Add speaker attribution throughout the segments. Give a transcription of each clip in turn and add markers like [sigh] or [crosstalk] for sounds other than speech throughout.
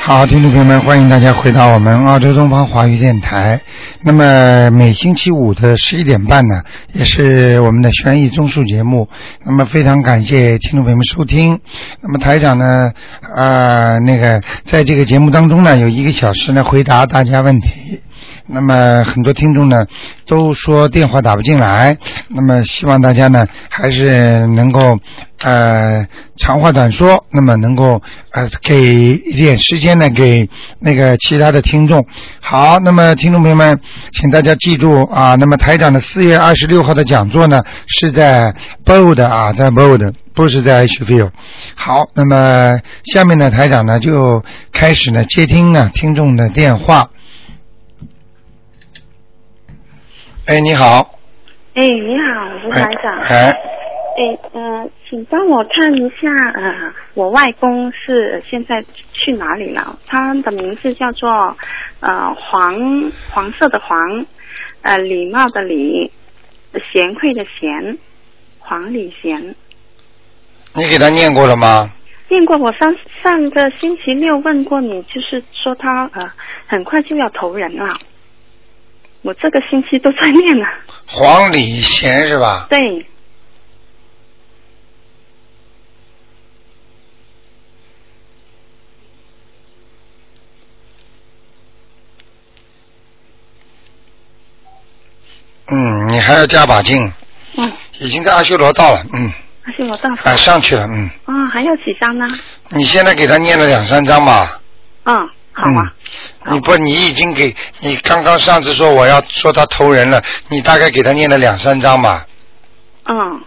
Speaker 1: 好，听众朋友们，欢迎大家回到我们澳洲东方华语电台。那么每星期五的十一点半呢，也是我们的悬疑综述节目。那么非常感谢听众朋友们收听。那么台长呢，呃，那个在这个节目当中呢，有一个小时呢回答大家问题。那么很多听众呢都说电话打不进来，那么希望大家呢还是能够呃长话短说，那么能够呃给一点时间呢给那个其他的听众。好，那么听众朋友们，请大家记住啊，那么台长的四月二十六号的讲座呢是在 BOD 啊，在 BOD。不是在 HFL。好，那么下面呢，台长呢就开始呢接听呢听众的电话。哎，你好，
Speaker 2: 哎，你好，吴
Speaker 1: 哎
Speaker 2: 台长。
Speaker 1: 哎，
Speaker 2: 哎，嗯，请帮我看一下，呃，我外公是现在去哪里了？他的名字叫做呃黄黄色的黄，呃礼貌的礼，贤惠的贤，黄礼贤。
Speaker 1: 你给他念过了吗？
Speaker 2: 念过，我上上个星期六问过你，就是说他呃很快就要投人了，我这个星期都在念了。
Speaker 1: 黄礼贤是吧？
Speaker 2: 对，
Speaker 1: 嗯，你还要加把劲，
Speaker 2: 嗯，
Speaker 1: 已经在阿修罗道了，嗯，
Speaker 2: 而且我到
Speaker 1: 啊、上去了，嗯，
Speaker 2: 啊、还有几张呢？
Speaker 1: 你现在给他念了两三章吧？嗯
Speaker 2: 嗯，好啊。
Speaker 1: 你不，你已经给你刚刚上次说我要说他投人了，你大概给他念了两三章吧？
Speaker 2: 嗯，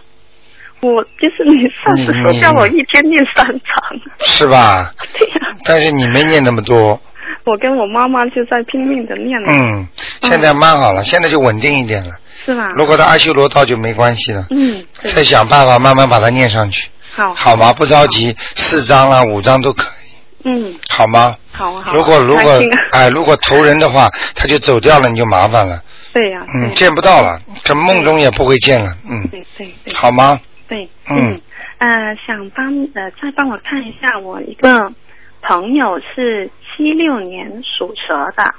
Speaker 2: 我就是你上次说
Speaker 1: 嗯
Speaker 2: 叫我一天念三场，
Speaker 1: 是
Speaker 2: [laughs]
Speaker 1: 吧？
Speaker 2: 对呀、
Speaker 1: 但是你没念那么多，
Speaker 2: 我跟我妈妈就在拼命的念了，
Speaker 1: 嗯，现在蛮好了，现在就稳定一点了。
Speaker 2: 是吧？
Speaker 1: 如果他阿修罗道就没关系了，
Speaker 2: 嗯，对，
Speaker 1: 再想办法慢慢把它念上去。
Speaker 2: 好，
Speaker 1: 好吗？不着急，四张啦、五张都可以，
Speaker 2: 嗯，
Speaker 1: 好吗？
Speaker 2: 好啊，好啊。
Speaker 1: 如果如
Speaker 2: 开
Speaker 1: 果
Speaker 2: 心啊
Speaker 1: 哎，如果投人的话，他就走掉了，你就麻烦了，
Speaker 2: 对呀、对
Speaker 1: 嗯，
Speaker 2: 呀
Speaker 1: 见不到了，这梦中也不会见了，嗯，
Speaker 2: 对对对
Speaker 1: 好吗？
Speaker 2: 对，
Speaker 1: 嗯
Speaker 2: 嗯，呃，想帮呃再帮我看一下我一个朋友是七六年属蛇的，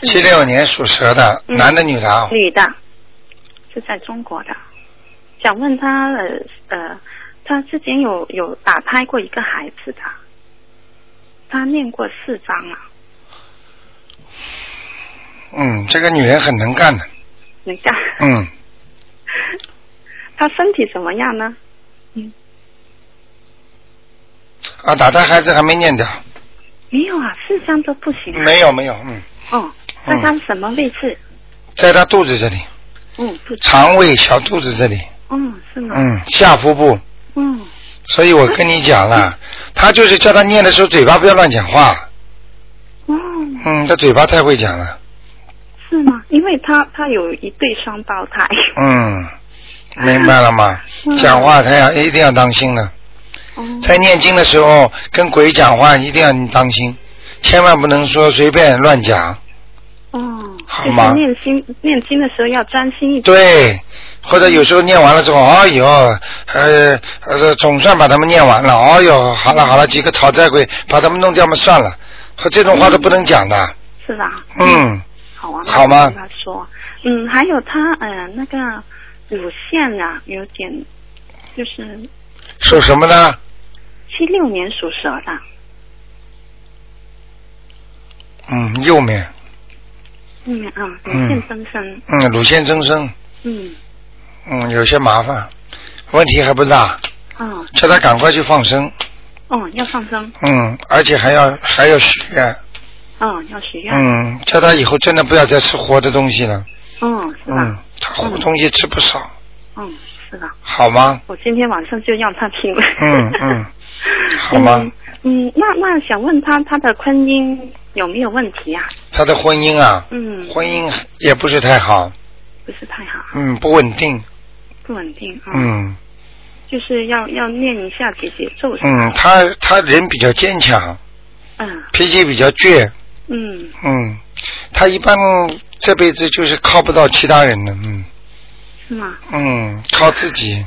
Speaker 2: 是
Speaker 1: 七六年属蛇的，
Speaker 2: 嗯
Speaker 1: 男的女的啊？
Speaker 2: 女的，是在中国的。想问她呃呃，她之前有有打胎过一个孩子的，她念过四章了，啊
Speaker 1: 嗯，这个女人很能干的，
Speaker 2: 你看
Speaker 1: 嗯，
Speaker 2: 她身体怎么样呢？
Speaker 1: 啊，打胎孩子还没念掉，
Speaker 2: 没有啊，四章都不行、啊。
Speaker 1: 没有没有，嗯，
Speaker 2: 哦，在她什么位置？
Speaker 1: 在她肚子这里，
Speaker 2: 嗯，不知
Speaker 1: 肠胃小肚子这里，
Speaker 2: 嗯，是吗？
Speaker 1: 嗯，下腹部，
Speaker 2: 嗯，
Speaker 1: 所以我跟你讲了，她就是叫她念的时候嘴巴不要乱讲话，
Speaker 2: 哦，
Speaker 1: 嗯，他嘴巴太会讲了。
Speaker 2: 是吗？因为她她有一对双胞胎。
Speaker 1: 嗯，明白了吗？
Speaker 2: 嗯
Speaker 1: 讲话他要一定要当心了，
Speaker 2: 哦，
Speaker 1: 在念经的时候跟鬼讲话一定要你当心，千万不能说随便乱讲。
Speaker 2: 哦，
Speaker 1: 好
Speaker 2: 就
Speaker 1: 吗
Speaker 2: 是念经念经的时候要专心一点。
Speaker 1: 对，或者有时候念完了之后，哎呦，呃，呃，总算把他们念完了，哎呦，好了好了，几个讨债鬼把他们弄掉嘛算了，和这种话都不能讲的。
Speaker 2: 是吧？
Speaker 1: 嗯，
Speaker 2: 好啊，
Speaker 1: 好吗
Speaker 2: 那我跟他说，嗯，还有他呃那个乳腺啊，有点就是
Speaker 1: 属什么呢？
Speaker 2: 七六年属蛇的，
Speaker 1: 嗯，右面，
Speaker 2: 嗯啊，乳
Speaker 1: 嗯
Speaker 2: 腺增生，
Speaker 1: 嗯，乳腺增生，
Speaker 2: 嗯，
Speaker 1: 嗯，有些麻烦，问题还不大，
Speaker 2: 哦
Speaker 1: 叫他赶快去放生。
Speaker 2: 哦，要放生，
Speaker 1: 嗯，而且还要还要许愿，
Speaker 2: 哦，要许愿，
Speaker 1: 嗯，叫他以后真的不要再吃活的东西了，
Speaker 2: 哦，是
Speaker 1: 嗯
Speaker 2: 吧？，
Speaker 1: 他活的东西吃不少，
Speaker 2: 嗯，是吧？
Speaker 1: 好吗？
Speaker 2: 我今天晚上就让他听了。
Speaker 1: 嗯嗯，好吗
Speaker 2: [laughs] 嗯？嗯，那那想问他他的婚姻有没有问题啊？
Speaker 1: 他的婚姻啊，
Speaker 2: 嗯，
Speaker 1: 婚姻也不是太好，
Speaker 2: 不是太好，
Speaker 1: 嗯，不稳定，
Speaker 2: 不稳定啊。，
Speaker 1: 嗯
Speaker 2: 就是要要念一下姐姐咒是吧。
Speaker 1: 嗯，他他人比较坚强，
Speaker 2: 嗯
Speaker 1: 脾气比较倔，
Speaker 2: 嗯，
Speaker 1: 嗯，他一般这辈子就是靠不到其他人的，嗯
Speaker 2: 是吗？
Speaker 1: 嗯，靠自己，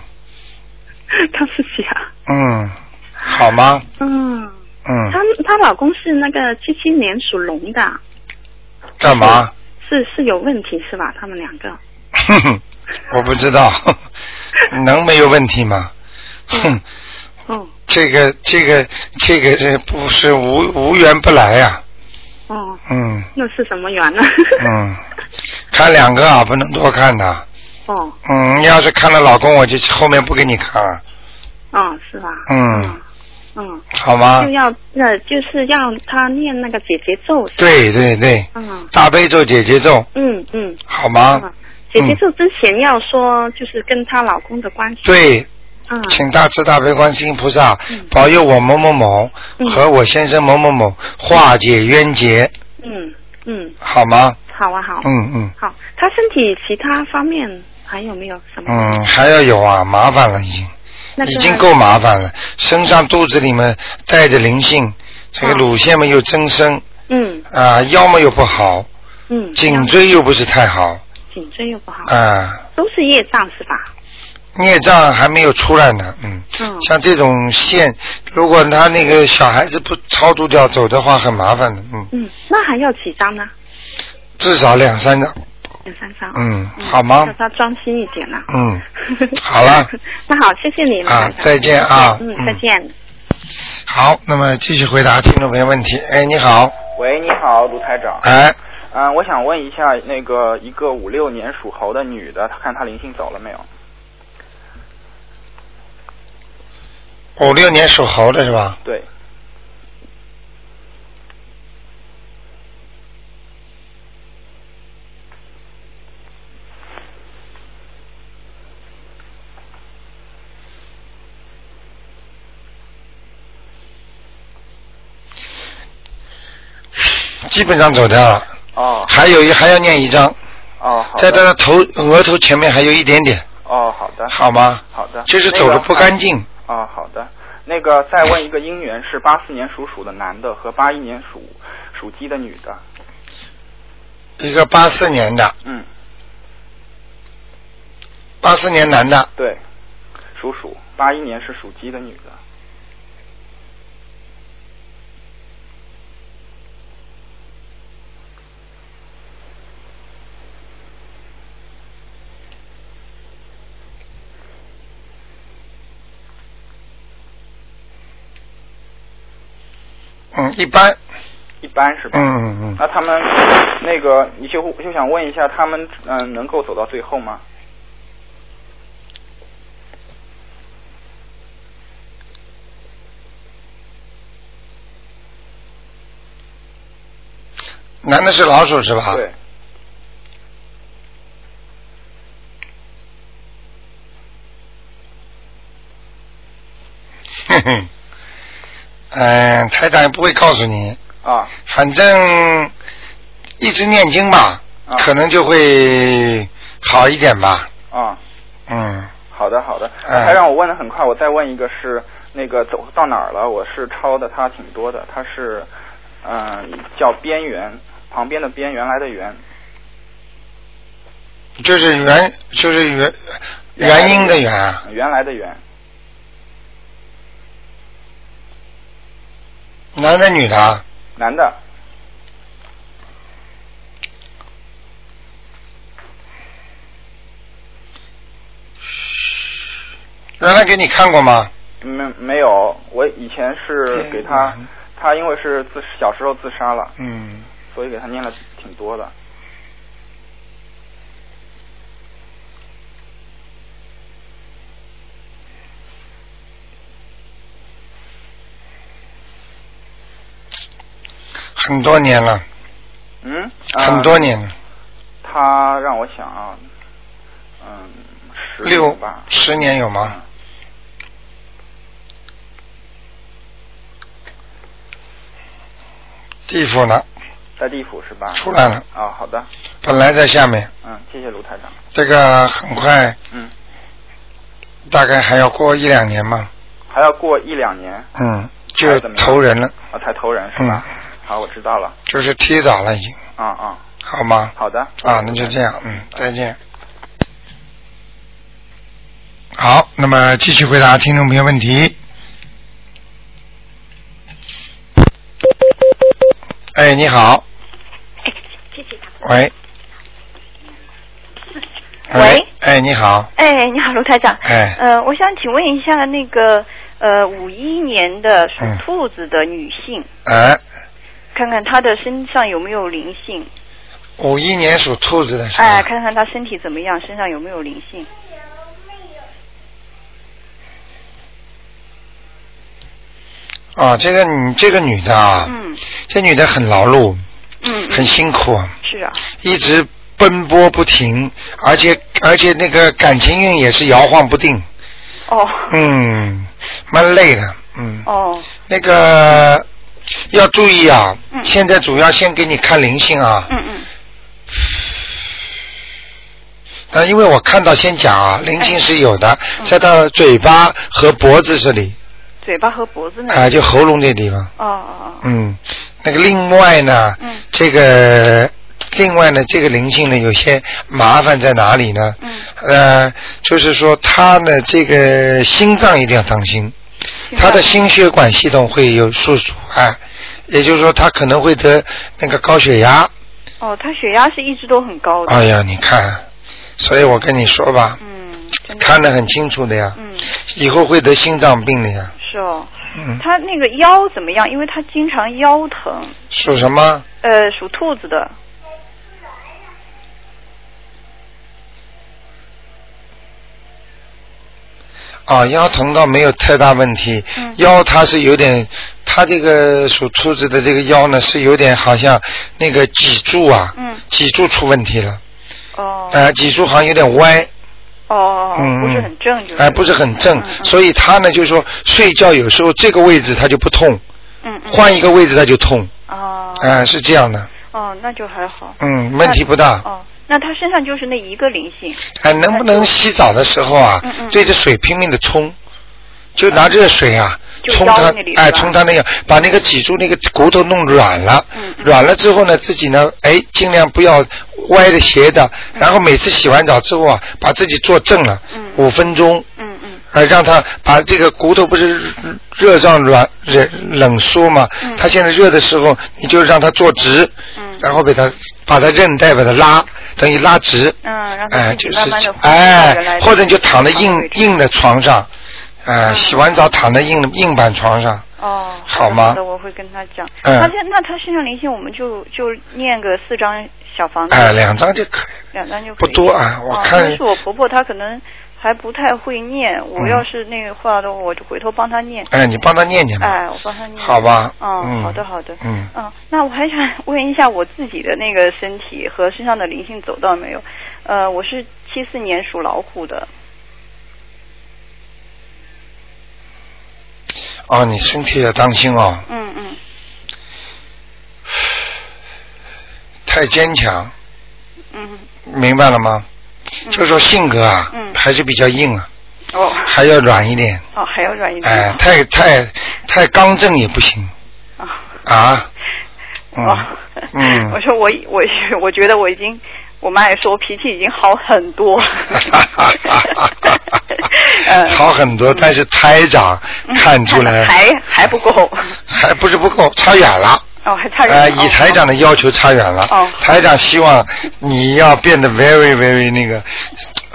Speaker 2: [laughs] 他自己啊。
Speaker 1: 嗯，好吗？
Speaker 2: 嗯，
Speaker 1: 嗯，
Speaker 2: 她她老公是那个七七年属龙的，
Speaker 1: 干嘛？
Speaker 2: 是是有问题是吧？他们两个。
Speaker 1: 哼哼， [laughs] 我不知
Speaker 2: [laughs]
Speaker 1: 道，能没有问题吗？
Speaker 2: 嗯
Speaker 1: 哼，
Speaker 2: 哦
Speaker 1: 这个这个这个这不是无无缘不来呀、
Speaker 2: 哦，
Speaker 1: 嗯
Speaker 2: 那是什么缘呢？ [laughs]
Speaker 1: 嗯，看两个啊，不能多看的、
Speaker 2: 哦
Speaker 1: 嗯，要是看了老公，我就后面不给你看啊，
Speaker 2: 哦，是吧？
Speaker 1: 嗯
Speaker 2: 嗯，
Speaker 1: 好吗
Speaker 2: 就？要呃，就是要他念那个姐姐咒。是吧。
Speaker 1: 对对对，
Speaker 2: 嗯
Speaker 1: 大悲咒、姐姐咒，
Speaker 2: 嗯嗯。
Speaker 1: 好吗？
Speaker 2: 嗯姐姐咒之前要说，就是跟她老公的关系。。
Speaker 1: 对，
Speaker 2: 嗯
Speaker 1: 请大慈大悲观世音菩萨
Speaker 2: 嗯
Speaker 1: 保佑我某某某
Speaker 2: 嗯
Speaker 1: 和我先生某某某化解冤结，
Speaker 2: 嗯嗯，
Speaker 1: 好吗？
Speaker 2: 好啊好。。
Speaker 1: 嗯嗯
Speaker 2: 好，她身体其他方面还有没有什么？
Speaker 1: 嗯，还要有啊，麻烦了已经，
Speaker 2: 那个
Speaker 1: 已经够麻烦了。身上肚子里面带着灵性，这个
Speaker 2: 哦
Speaker 1: 乳腺嘛又增生
Speaker 2: 嗯
Speaker 1: 啊、腰嘛又不好，
Speaker 2: 嗯，
Speaker 1: 颈椎又不是太好
Speaker 2: 颈椎又不好，
Speaker 1: 啊、
Speaker 2: 都是业障是吧？
Speaker 1: 孽障还没有出来呢。嗯，
Speaker 2: 嗯
Speaker 1: 像这种线，如果他那个小孩子不超度掉走的话，很麻烦的。嗯，
Speaker 2: 嗯，那还要几张呢？
Speaker 1: 至少两三个。
Speaker 2: 两三张。
Speaker 1: 嗯好吗
Speaker 2: 叫他专心一点啦。
Speaker 1: 嗯， [laughs] 好了。
Speaker 2: [laughs] 那好，谢谢你了。
Speaker 1: 啊
Speaker 2: 台长
Speaker 1: 再见啊
Speaker 2: 嗯
Speaker 1: 嗯，
Speaker 2: 再见。
Speaker 1: 好，那么继续回答听众朋友问题。哎，你好，
Speaker 3: 喂，你好，卢台长。
Speaker 1: 哎，
Speaker 3: 嗯、我想问一下，那个一个五六年属猴的女的，她看她灵性走了没有？
Speaker 1: 五六年属猴的是吧？
Speaker 3: 对，
Speaker 1: 基本上走掉了，
Speaker 3: 哦，
Speaker 1: 还有一还要念一张，
Speaker 3: 哦，好
Speaker 1: 在他
Speaker 3: 的，
Speaker 1: 的头额头前面还有一点点，
Speaker 3: 哦，好的，
Speaker 1: 好吗？
Speaker 3: 好的，
Speaker 1: 就是走的不干
Speaker 3: 净。
Speaker 1: 净。
Speaker 3: 哦，好的。那个再问一个姻缘是八四年属鼠的男的和八一年属属鸡的女的。
Speaker 1: 一个八四年的，
Speaker 3: 啊嗯，
Speaker 1: 八四年男的，
Speaker 3: 对，属鼠，八一年是属鸡的女的。
Speaker 1: 嗯，一般，
Speaker 3: 一般是吧？
Speaker 1: 嗯嗯嗯，
Speaker 3: 那他们那个，你就就想问一下，他们嗯、能够走到最后吗？
Speaker 1: 男的是老鼠是吧？
Speaker 3: 对，
Speaker 1: 哼哼， [laughs] 嗯，台长也不会告诉你，
Speaker 3: 啊
Speaker 1: 反正一直念经吧，
Speaker 3: 啊
Speaker 1: 可能就会好一点吧。
Speaker 3: 啊，
Speaker 1: 嗯，
Speaker 3: 好的好的。
Speaker 1: 哎
Speaker 3: 还让我问的很快，我再问一个是那个走到哪儿了？我是抄的他挺多的，他是嗯、叫边缘，旁边的边，原来的原。
Speaker 1: 就是原就是原原因的原啊，
Speaker 3: 原来的原，
Speaker 1: 男的女的啊，
Speaker 3: 男的，
Speaker 1: 原来给你看过吗？
Speaker 3: 没没有，我以前是给他，他因为是自小时候自杀了，
Speaker 1: 嗯，
Speaker 3: 所以给他念了挺多的。
Speaker 1: 很多年了，
Speaker 3: 嗯，啊
Speaker 1: 很多。年了，
Speaker 3: 他让我想啊，嗯，十年
Speaker 1: 六
Speaker 3: 吧，
Speaker 1: 十年有吗？
Speaker 3: 嗯
Speaker 1: 地府呢，
Speaker 3: 在地府是吧？
Speaker 1: 出来了，
Speaker 3: 啊，好的，
Speaker 1: 本来在下面，
Speaker 3: 嗯，谢谢卢台长，
Speaker 1: 这个很快，
Speaker 3: 嗯，
Speaker 1: 大概还要过一两年嘛，
Speaker 3: 还要过一两年
Speaker 1: 嗯，就投人了，
Speaker 3: 啊才投人是
Speaker 1: 嗯
Speaker 3: 吧？，好，我知道了，
Speaker 1: 就是踢倒了已经，
Speaker 3: 啊啊，
Speaker 1: 好吗？
Speaker 3: 好的，
Speaker 1: 啊，那就这样，嗯，再见。好，那么继续回答听众朋友问题。哎，你好，
Speaker 4: 哎谢谢大哥。
Speaker 1: 喂，
Speaker 4: 喂，
Speaker 1: 哎，你好，
Speaker 4: 哎，你好，卢台长。
Speaker 1: 哎
Speaker 4: 呃，我想请问一下那个呃五一年的属
Speaker 1: 嗯
Speaker 4: 兔子的女性，
Speaker 1: 哎，
Speaker 4: 看看她的身上有没有灵性，
Speaker 1: 五一年属兔子的是吧？啊
Speaker 4: 哎，看看她身体怎么样，身上有没有灵性。
Speaker 1: 哦，这个你这个女的啊，
Speaker 4: 嗯
Speaker 1: 这女的很劳碌，
Speaker 4: 嗯，
Speaker 1: 很
Speaker 4: 嗯
Speaker 1: 辛苦，
Speaker 4: 是啊，
Speaker 1: 一直奔波不停，而且而且那个感情运也是摇晃不定，
Speaker 4: 哦
Speaker 1: 嗯，蛮累的，嗯，
Speaker 4: 哦，
Speaker 1: 那个要注意啊，
Speaker 4: 嗯
Speaker 1: 现在主要先给你看灵性啊，
Speaker 4: 嗯嗯，
Speaker 1: 那因为我看到先讲啊，灵性是有的，
Speaker 4: 嗯
Speaker 1: 在到嘴巴和脖子这里
Speaker 4: 嘴巴和脖子呢？
Speaker 1: 啊、就喉咙这地方，
Speaker 4: 哦哦哦，
Speaker 1: 嗯，那个另外呢，
Speaker 4: 嗯
Speaker 1: 这个另外呢，这个灵性呢，有些麻烦在哪里呢？
Speaker 4: 嗯
Speaker 1: 呃，就是说他呢，这个心脏一定要当心，他的心血管系统会有受阻碍，也就是说他可能会得那个高血压。
Speaker 4: 哦，她血压是一直都很高的。
Speaker 1: 哎呀，你看，所以我跟你说吧，
Speaker 4: 嗯，真的。
Speaker 1: 看得很清楚的呀，
Speaker 4: 嗯，
Speaker 1: 以后会得心脏病的呀。
Speaker 4: 是哦。
Speaker 1: 嗯，
Speaker 4: 她那个腰怎么样？因为她经常腰疼。
Speaker 1: 属什么？
Speaker 4: 呃，属兔子的。
Speaker 1: 啊，腰疼倒没有太大问题，
Speaker 4: 嗯
Speaker 1: 腰它是有点，它这个属兔子的这个腰呢是有点好像那个脊柱啊，
Speaker 4: 嗯。
Speaker 1: 脊柱出问题了，
Speaker 4: 哦。
Speaker 1: 呃，脊柱好像有点歪，
Speaker 4: 哦，
Speaker 1: 嗯，
Speaker 4: 不是很正，就是。
Speaker 1: 哎、不是很正，
Speaker 4: 嗯嗯
Speaker 1: 所以他呢就是说睡觉有时候这个位置他就不痛，
Speaker 4: 嗯嗯。
Speaker 1: 换一个位置他就痛，
Speaker 4: 哦。
Speaker 1: 哎、是这样的，
Speaker 4: 哦，那就还好。
Speaker 1: 嗯，问题不大，
Speaker 4: 哦，那他身上就是那一个灵性。
Speaker 1: 哎、能不能洗澡的时候啊，
Speaker 4: 嗯嗯
Speaker 1: 对着水拼命的冲，就拿热水啊。
Speaker 4: 就
Speaker 1: 冲
Speaker 4: 腰
Speaker 1: 它
Speaker 4: 那里，是啊
Speaker 1: 哎，
Speaker 4: 吧
Speaker 1: 冲它那样，把那个脊柱那个骨头弄软了，
Speaker 4: 嗯嗯
Speaker 1: 软了之后呢，自己呢，哎，尽量不要歪的斜的，然后每次洗完澡之后啊，把自己坐正了
Speaker 4: 嗯，
Speaker 1: 五分钟，
Speaker 4: 嗯嗯
Speaker 1: 呃，让它把这个骨头不是热胀软冷冷缩嘛
Speaker 4: 嗯，
Speaker 1: 它现在热的时候，你就让它坐直，
Speaker 4: 嗯。
Speaker 1: 然后给它把它韧带把它拉，等于拉直，
Speaker 4: 嗯，让他
Speaker 1: 哎，
Speaker 4: 自己
Speaker 1: 就是
Speaker 4: 慢慢的原来
Speaker 1: 哎，
Speaker 4: 的
Speaker 1: 或者你就躺在
Speaker 4: 那个
Speaker 1: 硬
Speaker 4: 位置
Speaker 1: 硬的床上，呃，
Speaker 4: 嗯
Speaker 1: 洗完澡躺在硬硬板床上，
Speaker 4: 哦，
Speaker 1: 好
Speaker 4: 好的
Speaker 1: 吗
Speaker 4: 好的，我会跟他讲。
Speaker 1: 嗯
Speaker 4: 那他那他身上灵性，我们就就念个四张小房子，
Speaker 1: 哎，两张就可以。
Speaker 4: 两张就可
Speaker 1: 不
Speaker 4: 以
Speaker 1: 多啊我
Speaker 4: 哦
Speaker 1: 看
Speaker 4: 但是我婆婆她可能还不太会念，我
Speaker 1: 嗯
Speaker 4: 要是那个话的话，我就回头帮她念。
Speaker 1: 哎，你帮他念念吧，
Speaker 4: 哎，我帮她念。
Speaker 1: 好吧？
Speaker 4: 嗯，
Speaker 1: 嗯，
Speaker 4: 好的好的。
Speaker 1: 嗯，
Speaker 4: 嗯，那我还想问一下我自己的那个身体和身上的灵性走到没有？呃，我是七四年属老虎的，
Speaker 1: 哦，你身体要当心哦，
Speaker 4: 嗯嗯，
Speaker 1: 太坚强，
Speaker 4: 嗯，
Speaker 1: 明白了吗？
Speaker 4: 嗯
Speaker 1: 就是说性格啊，
Speaker 4: 嗯
Speaker 1: 还是比较硬啊，
Speaker 4: 哦
Speaker 1: 还要软一点。
Speaker 4: 哦，还要软一点，
Speaker 1: 哎，太太太刚正也不行
Speaker 4: 啊，
Speaker 1: 啊。嗯、
Speaker 4: 哦，
Speaker 1: 嗯，
Speaker 4: 我说我我我觉得我已经，我妈也说我脾气已经好很多了呃
Speaker 1: 好很多，但是台长
Speaker 4: 嗯
Speaker 1: 看出
Speaker 4: [laughs]
Speaker 1: 来
Speaker 4: 还还不够，
Speaker 1: 嗯还不是不够，差远了。
Speaker 4: 哦，还差点
Speaker 1: 呃，以台长的要求差远了。
Speaker 4: 哦
Speaker 1: 台长希望你要变得 very very 那个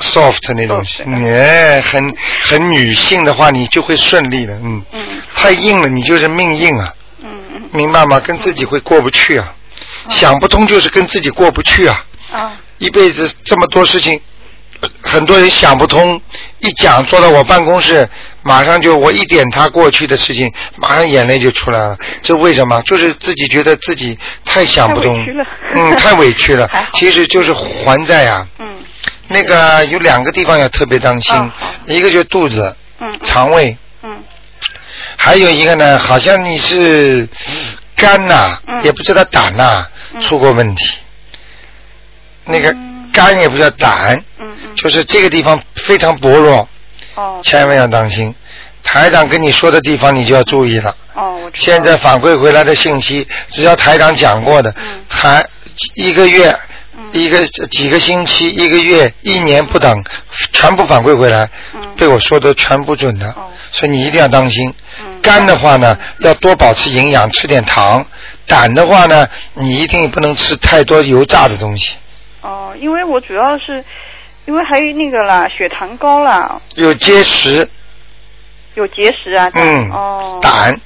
Speaker 1: soft 那种，
Speaker 4: Soft
Speaker 1: 你哎很很女性的话，你就会顺利的。嗯，
Speaker 4: 嗯
Speaker 1: 太硬了，你就是命硬啊，
Speaker 4: 嗯
Speaker 1: 明白吗？跟自己会过不去啊，想不通就是跟自己过不去啊。
Speaker 4: 嗯啊
Speaker 1: 一辈子这么多事情，呃很多人想不通，一讲坐到我办公室，马上就我一点他过去的事情，马上眼泪就出来了。这为什么？就是自己觉得自己太想不通
Speaker 4: 太委屈了，
Speaker 1: 嗯，太委屈了
Speaker 4: [laughs] 还好。
Speaker 1: 其实就是还债啊。
Speaker 4: 嗯
Speaker 1: 那个有两个地方要特别当心
Speaker 4: 哦好，
Speaker 1: 一个就是肚子、
Speaker 4: 嗯
Speaker 1: 肠胃，
Speaker 4: 嗯
Speaker 1: 还有一个呢，好像你是肝呐、
Speaker 4: 嗯
Speaker 1: 也不知道胆呐、
Speaker 4: 嗯
Speaker 1: 出过问题。那个
Speaker 4: 嗯
Speaker 1: 肝也不叫胆，
Speaker 4: 嗯嗯
Speaker 1: 就是这个地方非常薄弱，
Speaker 4: 哦
Speaker 1: 千万要当心。台长跟你说的地方，你就要注意了。
Speaker 4: 哦我知道
Speaker 1: 现在反馈回来的信息，只要台长讲过的
Speaker 4: 嗯，
Speaker 1: 台一个月
Speaker 4: 嗯
Speaker 1: 一个几个星期、一个月、一年不等，全部反馈回来，
Speaker 4: 嗯
Speaker 1: 被我说的全不准的
Speaker 4: 哦，
Speaker 1: 所以你一定要当心。
Speaker 4: 嗯
Speaker 1: 肝的话呢，要多保持营养，吃点糖；胆的话呢，你一定不能吃太多油炸的东西。
Speaker 4: 哦，因为我主要是因为还有那个啦，血糖高啦，
Speaker 1: 有结石，
Speaker 4: 有结石啊。
Speaker 1: 嗯，
Speaker 4: 哦。
Speaker 1: 胆，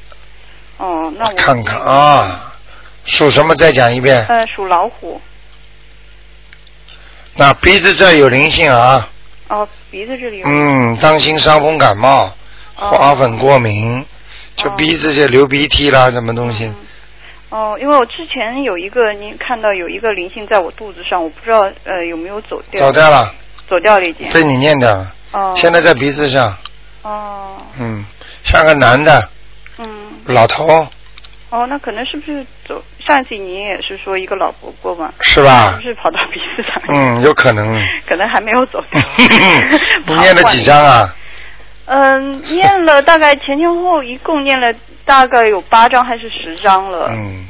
Speaker 4: 哦，那我
Speaker 1: 看看。啊，属什么？再讲一遍。
Speaker 4: 呃，属老虎。
Speaker 1: 那鼻子这儿有灵性啊，
Speaker 4: 哦，鼻子这里有。
Speaker 1: 嗯，当心伤风感冒、
Speaker 4: 哦
Speaker 1: 花粉过敏，就
Speaker 4: 哦
Speaker 1: 鼻子就流鼻涕啦，什么东西？
Speaker 4: 嗯哦，因为我之前有一个，您看到有一个灵性在我肚子上，我不知道呃有没有走掉，
Speaker 1: 走掉了，
Speaker 4: 走掉了已经。
Speaker 1: 被你念掉了。
Speaker 4: 哦。
Speaker 1: 现在在鼻子上，
Speaker 4: 哦，
Speaker 1: 嗯，像个男的
Speaker 4: 嗯，
Speaker 1: 老头
Speaker 4: 哦，那可能是不是走？上一次您也是说一个老伯伯嘛，
Speaker 1: 是吧
Speaker 4: 是不？是跑到鼻子上？
Speaker 1: 嗯，有可
Speaker 4: [laughs]
Speaker 1: 能。。
Speaker 4: 可能还没有走
Speaker 1: [laughs] 你念了几？张啊？
Speaker 4: 嗯，念了大概前前后后一共念了大概有八张还是十张了。
Speaker 1: 嗯，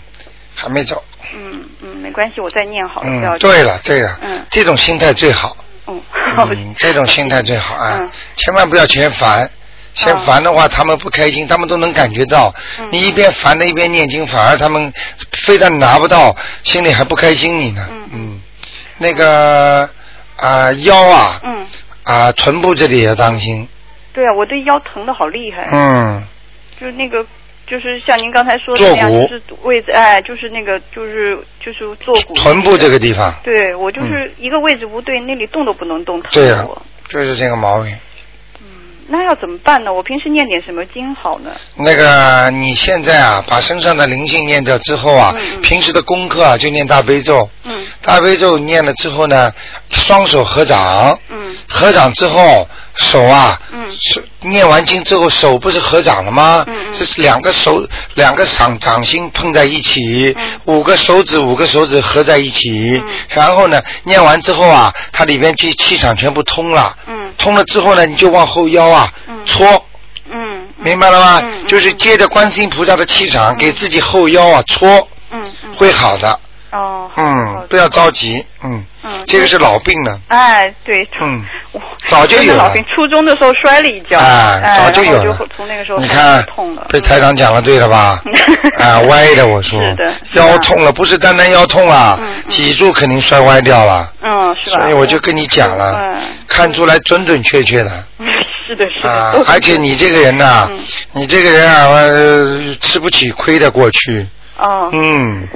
Speaker 1: 还没走。
Speaker 4: 嗯嗯，没关系，我再念好了，不要
Speaker 1: 嗯，
Speaker 4: 紧。
Speaker 1: 对了对了
Speaker 4: 嗯，
Speaker 1: 这种心态最好。
Speaker 4: 嗯，
Speaker 1: 嗯，这种心态最好啊
Speaker 4: 嗯，
Speaker 1: 千万不要嫌烦。嫌
Speaker 4: 哦
Speaker 1: 烦的话，他们不开心，他们都能感觉到。
Speaker 4: 嗯
Speaker 1: 你一边烦的一边念经，反而他们非但拿不到，心里还不开心你呢。
Speaker 4: 嗯
Speaker 1: 那个啊、腰啊
Speaker 4: 嗯，
Speaker 1: 啊、臀部这里也要当心。
Speaker 4: 对啊，我的腰疼的好厉害，
Speaker 1: 嗯，
Speaker 4: 就是那个。就是像您刚才说的那样，
Speaker 1: 坐骨
Speaker 4: 就是位置，哎，就是那个，就是就是坐骨，
Speaker 1: 臀部这个地方，嗯
Speaker 4: 对我就是一个位置不对，那里动都不能动，疼
Speaker 1: 对啊
Speaker 4: 得
Speaker 1: 了
Speaker 4: 我。，
Speaker 1: 就是这个毛病。
Speaker 4: 那要怎么办呢？我平时念点什么经好呢？
Speaker 1: 那个你现在啊，把身上的灵性念掉之后啊，
Speaker 4: 嗯嗯
Speaker 1: 平时的功课啊就念大悲咒，
Speaker 4: 嗯
Speaker 1: 大悲咒念了之后呢，双手合掌，
Speaker 4: 嗯
Speaker 1: 合掌之后手啊，
Speaker 4: 嗯
Speaker 1: 手念完经之后手不是合掌了吗？
Speaker 4: 嗯嗯
Speaker 1: 这是两个手两个掌掌心碰在一起，
Speaker 4: 嗯
Speaker 1: 五个手指五个手指合在一起，
Speaker 4: 嗯
Speaker 1: 然后呢念完之后啊，它里边气气场全部通了，
Speaker 4: 嗯
Speaker 1: 通了之后呢，你就往后腰啊、
Speaker 4: 嗯
Speaker 1: 搓。
Speaker 4: 嗯，
Speaker 1: 明白了吗？
Speaker 4: 嗯嗯
Speaker 1: 就是借着观世音菩萨的气场，
Speaker 4: 嗯
Speaker 1: 给自己后腰啊搓，
Speaker 4: 嗯嗯
Speaker 1: 会好的。
Speaker 4: 哦，好
Speaker 1: 嗯，不要着急。嗯，
Speaker 4: 嗯
Speaker 1: 这个是老病了。
Speaker 4: 哎，对，
Speaker 1: 嗯
Speaker 4: 我
Speaker 1: 早就有了啊
Speaker 4: 真的老病，初中的时候摔了一跤，哎，
Speaker 1: 早就有
Speaker 4: 然后
Speaker 1: 了
Speaker 4: 我就从那个时候
Speaker 1: 你看
Speaker 4: 痛了，，
Speaker 1: 被台长讲了，对了
Speaker 4: [laughs]
Speaker 1: 吧？
Speaker 4: 嗯
Speaker 1: 啊，歪的，我说
Speaker 4: 是的，是的
Speaker 1: 腰痛了，不是单单腰痛啊
Speaker 4: 嗯，嗯
Speaker 1: 脊柱肯定摔歪掉了。
Speaker 4: 嗯，是吧？
Speaker 1: 所以我就跟你讲了
Speaker 4: 嗯，
Speaker 1: 看出来准准确确的。
Speaker 4: [laughs] 是的，是的，
Speaker 1: 啊
Speaker 4: 都，是
Speaker 1: 而且你这个人呐
Speaker 4: 哦嗯，
Speaker 1: 你这个人啊，呃吃不起亏的，过去。
Speaker 4: 哦，
Speaker 1: 嗯，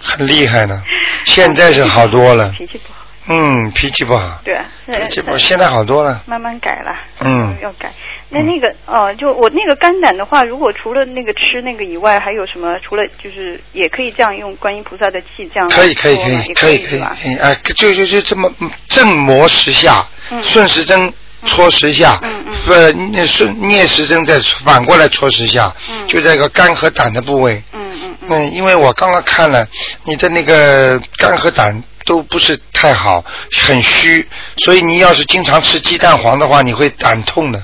Speaker 1: 很厉害呢。现在是好多了。
Speaker 4: 脾气不好，
Speaker 1: 嗯，脾气不好。
Speaker 4: 对，
Speaker 1: 脾气不好，
Speaker 4: 呃
Speaker 1: 现在好多了。
Speaker 4: 慢慢改了，
Speaker 1: 嗯
Speaker 4: 要改。那那个哦，就我那个肝胆的话，如果除了那个吃那个以外，还有什么？除了就是也可以这样用观音菩萨的气这样来
Speaker 1: 可以可以
Speaker 4: 啊做
Speaker 1: 可
Speaker 4: 吗
Speaker 1: 以
Speaker 4: 也
Speaker 1: 可以
Speaker 4: 可
Speaker 1: 可以
Speaker 4: 吧
Speaker 1: 可以，哎，就就就这么嗯正磨十下，
Speaker 4: 嗯
Speaker 1: 顺时针搓十下
Speaker 4: 嗯，
Speaker 1: 呃，逆顺逆时针再反过来搓十下，
Speaker 4: 嗯
Speaker 1: 就这个肝和胆的部位。
Speaker 4: 嗯嗯嗯
Speaker 1: 嗯，因为我刚刚看了你的那个肝和胆都不是太好，很虚，所以你要是经常吃鸡蛋黄的话，你会胆痛的。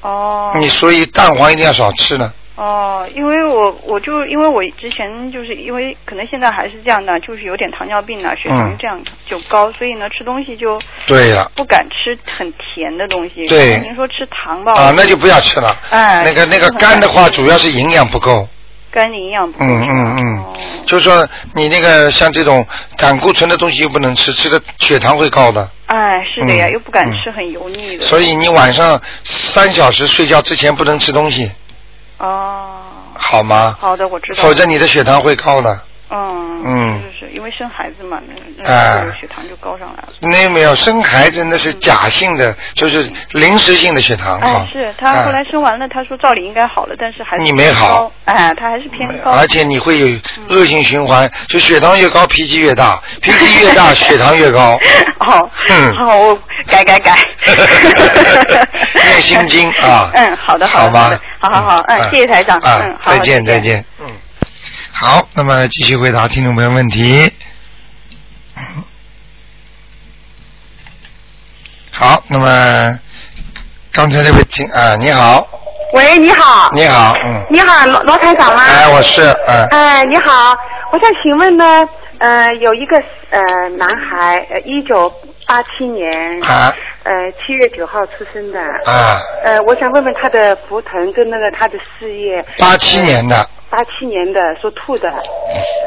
Speaker 4: 哦，
Speaker 1: 你所以蛋黄一定要少吃呢。
Speaker 4: 哦，因为我我就因为我之前就是因为可能现在还是这样的，就是有点糖尿病啊，血糖
Speaker 1: 嗯
Speaker 4: 这样就高，所以呢吃东西就
Speaker 1: 对了。
Speaker 4: 不敢吃很甜的东西。
Speaker 1: 对
Speaker 4: 然后您说吃糖吧，
Speaker 1: 啊
Speaker 4: 我，
Speaker 1: 那就不要吃了。
Speaker 4: 哎
Speaker 1: 那个那
Speaker 4: [laughs]
Speaker 1: 个
Speaker 4: 不能
Speaker 1: 肝的话，
Speaker 4: 吃
Speaker 1: 主要是营养不够。
Speaker 4: 肝营养不够。
Speaker 1: 嗯嗯
Speaker 4: 哦
Speaker 1: 嗯，就说你那个像这种胆固醇的东西又不能吃，吃的血糖会高的。
Speaker 4: 哎，是的呀，
Speaker 1: 嗯
Speaker 4: 又不敢
Speaker 1: 嗯
Speaker 4: 吃很油腻的。
Speaker 1: 所以你晚上三小时睡觉之前不能吃东西，
Speaker 4: 哦，
Speaker 1: 好吗？
Speaker 4: 好的，我知道
Speaker 1: 啊
Speaker 4: 了。
Speaker 1: 否则你的血糖会高的。
Speaker 4: 嗯
Speaker 1: 嗯
Speaker 4: 是是是，因为生孩子嘛，那
Speaker 1: 哎
Speaker 4: 那就血糖就高上来了。
Speaker 1: 那没有生孩子那是假性的，就是临时性的血糖
Speaker 4: 哎
Speaker 1: 哈。，
Speaker 4: 是他后
Speaker 1: 哎
Speaker 4: 来生完了，他说照理应该好了，但是还是
Speaker 1: 你没好
Speaker 4: 高，哎，他还是偏高。
Speaker 1: 而且你会有恶性循
Speaker 4: 嗯
Speaker 1: 环，就血糖越高，脾气越大，脾气越
Speaker 4: [laughs]
Speaker 1: 大，血糖越高。
Speaker 4: 好，
Speaker 1: 嗯。
Speaker 4: 哦好，我改改改
Speaker 1: [laughs] 念心经
Speaker 4: [laughs]
Speaker 1: 啊。 [laughs]
Speaker 4: 嗯，好的，
Speaker 1: 好
Speaker 4: 的
Speaker 1: 吗
Speaker 4: 好的？好好好，嗯，谢谢台长，
Speaker 1: 啊
Speaker 4: 嗯，好，
Speaker 1: 再见，
Speaker 4: 好
Speaker 1: 再。见。嗯，好，那么继续回答听众朋友问题。好，那么刚才那位听啊，你好，
Speaker 5: 喂，你好。
Speaker 1: 你好，嗯，哎
Speaker 5: 你好，罗罗台长吗？
Speaker 1: 哎，我是，嗯，
Speaker 5: 哎，你好，我想请问呢，呃，有一个呃男孩，呃，一九八七年，
Speaker 1: 啊
Speaker 5: 呃，七月九号出生的。
Speaker 1: 啊，
Speaker 5: 呃，我想问问他的图腾跟那个他的事业。呃
Speaker 1: 八七年嗯的，
Speaker 5: 八七年的属兔的，